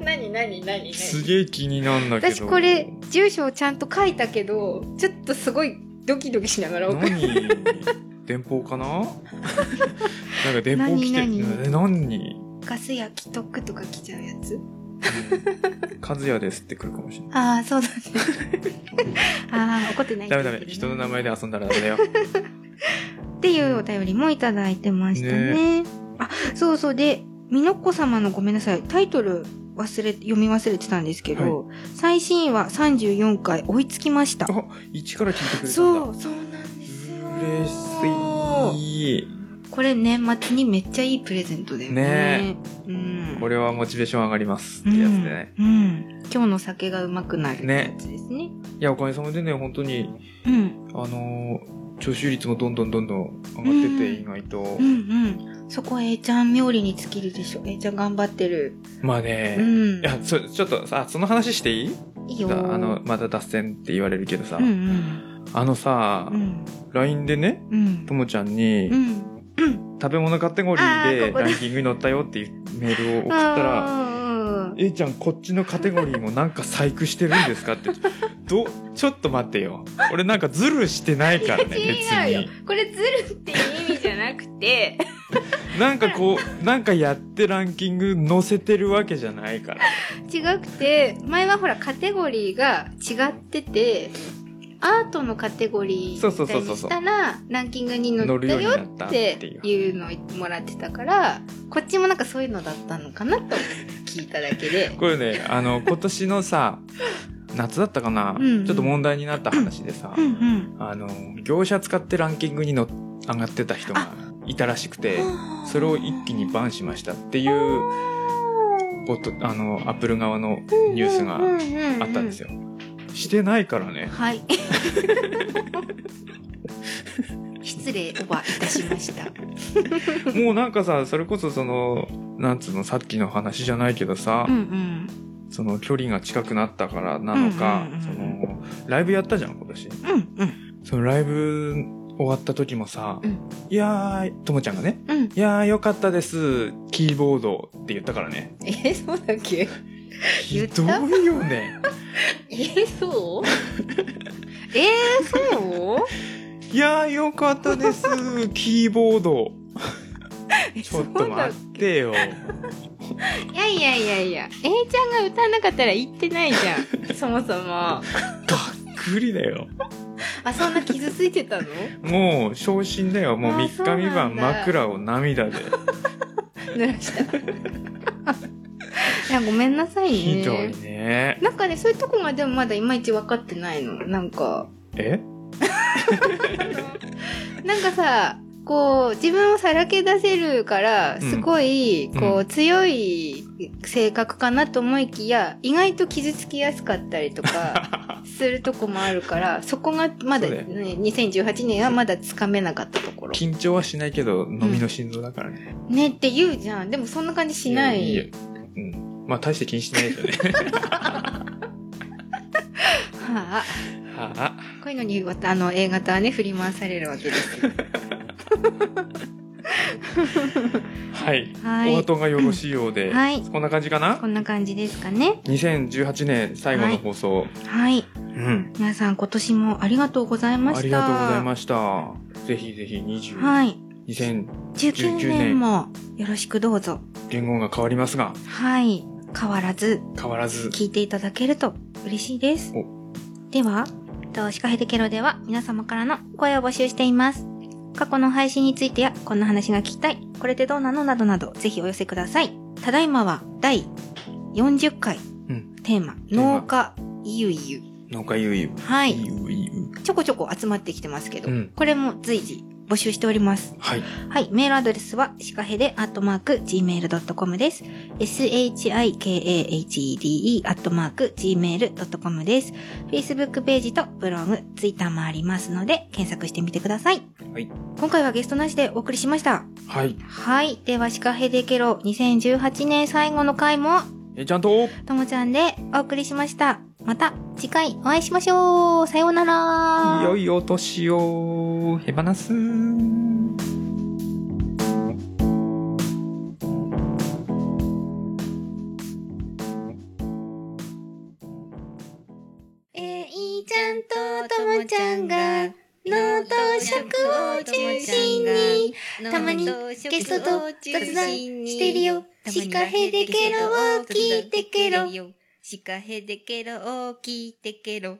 S2: 何何何何
S1: すげえ気になんだけど。
S2: 私これ、住所をちゃんと書いたけど、ちょっとすごいドキドキしながら送る。
S1: 何電報か ななんか電報来て
S2: 何何
S1: る。え何
S2: ガス屋既得とか来ちゃうやつ
S1: カズヤですって来るかもしれない。
S2: ああ、そうだね。 ああ、怒ってない
S1: ダメダメ。人の名前で遊んだらダメだよ。
S2: っていうお便りもいただいてましたね。あ、そうそう。で、みのっこ様のごめんなさい。タイトル忘れ、読み忘れてたんですけど、最新話34回追いつきました。
S1: あ一から聞いてくれたんだ。
S2: そう、そうなんですよ。
S1: 嬉しい。
S2: これ年末にめっちゃいいプレゼントだよね。
S1: ね
S2: うん。
S1: これはモチベーション上がりますって
S2: うん
S1: やつでね。
S2: うん。今日の酒がうまくなるってやつですね。
S1: いや、おかげさまでね、本当に、
S2: うん。
S1: あのー徴収率もどんどんどんどん上がってて、
S2: うん
S1: 意外と
S2: う。んうん。そこ A ちゃん冥利に尽きるでしょ。A ちゃん頑張ってる。
S1: まあ
S2: う
S1: ね、
S2: ん
S1: い。や、そ、ちょっとさ、その話していい
S2: いいよ。
S1: あの、、また脱線って言われるけどさ、
S2: うんうん。
S1: あのさ、
S2: うん。
S1: LINE でね、
S2: うん
S1: と。もちゃんに、
S2: うん。
S1: 食べ物カテゴリー
S2: あー
S1: で
S2: ここだ
S1: ランキングに載ったよっていうメールを送ったら、
S2: あー
S1: えいちゃんこっちのカテゴリーもなんか細工してるんですかってどちょっと待ってよ俺なんかズルしてないからね 別
S2: 違うよ
S1: に。
S2: これズルっていう意味じゃなく て、
S1: なんかこうなんかやってランキング載せてるわけじゃないから
S2: 違くて、前はほらカテゴリーが違ってて、アートのカテゴリー
S1: そう
S2: み
S1: そ
S2: た
S1: うそ
S2: いう
S1: そ
S2: に
S1: う
S2: したら、ランキングに載
S1: 乗
S2: った
S1: るように
S2: よ
S1: なったっ
S2: ってて
S1: いう
S2: いうのをもらってたから、こっちもなんかそういうのだったのかなと思って聞いただけ で。
S1: これねあの今年のさ夏だったかな、
S2: うんうん
S1: ちょっと問題になった話でさ、
S2: うんうん。
S1: あの業者使ってランキングにの上がってた人がいたらしくてそれを一気にバンしましたっていうポッドあのアップル側のニュースがあったんです
S2: よ。
S1: よ。してないからね。
S2: はい。失礼おばいたしま した。
S1: もうなんかさ、それこそその、なんつうの、さっきの話じゃないけどさ
S2: う、んうん。
S1: その距離が近くなったからなのか
S2: うんうん、
S1: そ
S2: うん
S1: の、ライブやったじゃん、今年。
S2: うんうん
S1: そのライブ終わった時もさ
S2: うん、
S1: いやー、ともちゃんがね、
S2: うん。
S1: いやーよかったです、キーボードって言ったからね。
S2: え、そうだっけ言
S1: ひ
S2: っ
S1: ど
S2: た
S1: いよね。
S2: え、そうえー、そう
S1: いやーよかったです、キーボード。ちょっと待ってよ。
S2: そうだいやいやいやいや、A ちゃんが歌わなかったら言ってないじゃん。そもそも。
S1: が
S2: あ、
S1: っくりだよ。
S2: そんな傷ついてたの
S1: もう昇進だよもう
S2: あ
S1: 3
S2: ー
S1: 日三
S2: そうな
S1: 晩
S2: んだ
S1: 枕を涙で
S2: 濡らした。いや、ごめんなさいね。
S1: ひどいね
S2: なんかね、そういうとこがでもまだいまいち分かってないの。なんか、
S1: え
S2: なんかさ、こう、自分をさらけ出せるから、すごい、
S1: うん
S2: こ
S1: う
S2: う、強い性格かなと思いきや、意外と傷つきやすかったり とか、するとこもあるから、そこがまだ、
S1: そうだ
S2: ね
S1: よ、
S2: 2018年はまだつかめなかったところ。
S1: 緊張はしないけど飲みの心臓だからね、
S2: ねって言うじゃん。でもそんな感じしない。
S1: ややうんまあ大して気にしてないけどね
S2: は
S1: は
S2: あ、
S1: あ
S2: こういうのに、わたあの、A 型はね、振り回されるわけです よ。
S1: はい、
S2: はい
S1: お後がよろしいようで、
S2: はい
S1: こんな感じかな
S2: こんな感じですかね。
S1: 2018年最後の放送、
S2: はい。
S1: うん
S2: 皆さん今年もありがとうございました。
S1: ありがとうございましたぜひぜひ20、
S2: はい。
S1: 2000
S2: 19
S1: 19
S2: 年もよろしくどうぞ。
S1: 言語が変わりますが
S2: はい。変わらず
S1: 変わらず
S2: 聞いていただけると嬉しいです
S1: お。
S2: では、とシカヘデケロでは皆様からの声を募集しています。過去の配信についてや、こんな話が聞きたい、これでどうなのなどなど、ぜひお寄せください。ただいまは第40回、
S1: うん
S2: テーマ、
S1: ーマ
S2: 農家いゆいゆ。
S1: 農家ゆうゆう
S2: はい。
S1: ゆうゆう
S2: ちょこちょこ集まってきてますけど、
S1: うん
S2: これも随時募集しております。
S1: はい。
S2: はい、メールアドレスは、シカヘデアットマーク gmail.com です。shikahede アットマーク gmail.com です。Facebook ページとブログ、Twitter もありますので、検索してみてください。
S1: はい。
S2: 今回はゲストなしでお送りしました。
S1: はい。
S2: はい、ではシカヘデケロ2018年最後の回も、
S1: えーちゃんと、
S2: ともちゃんでお送りしました。また次回お会いしましょうさようなら
S1: 良いお年を、へばなす。
S2: えいちゃんとともちゃんが脳と食を中心にたまにゲストと雑談してるよシカヘデケロを聞いてケロ
S3: シカヘデケロを聞いてケロ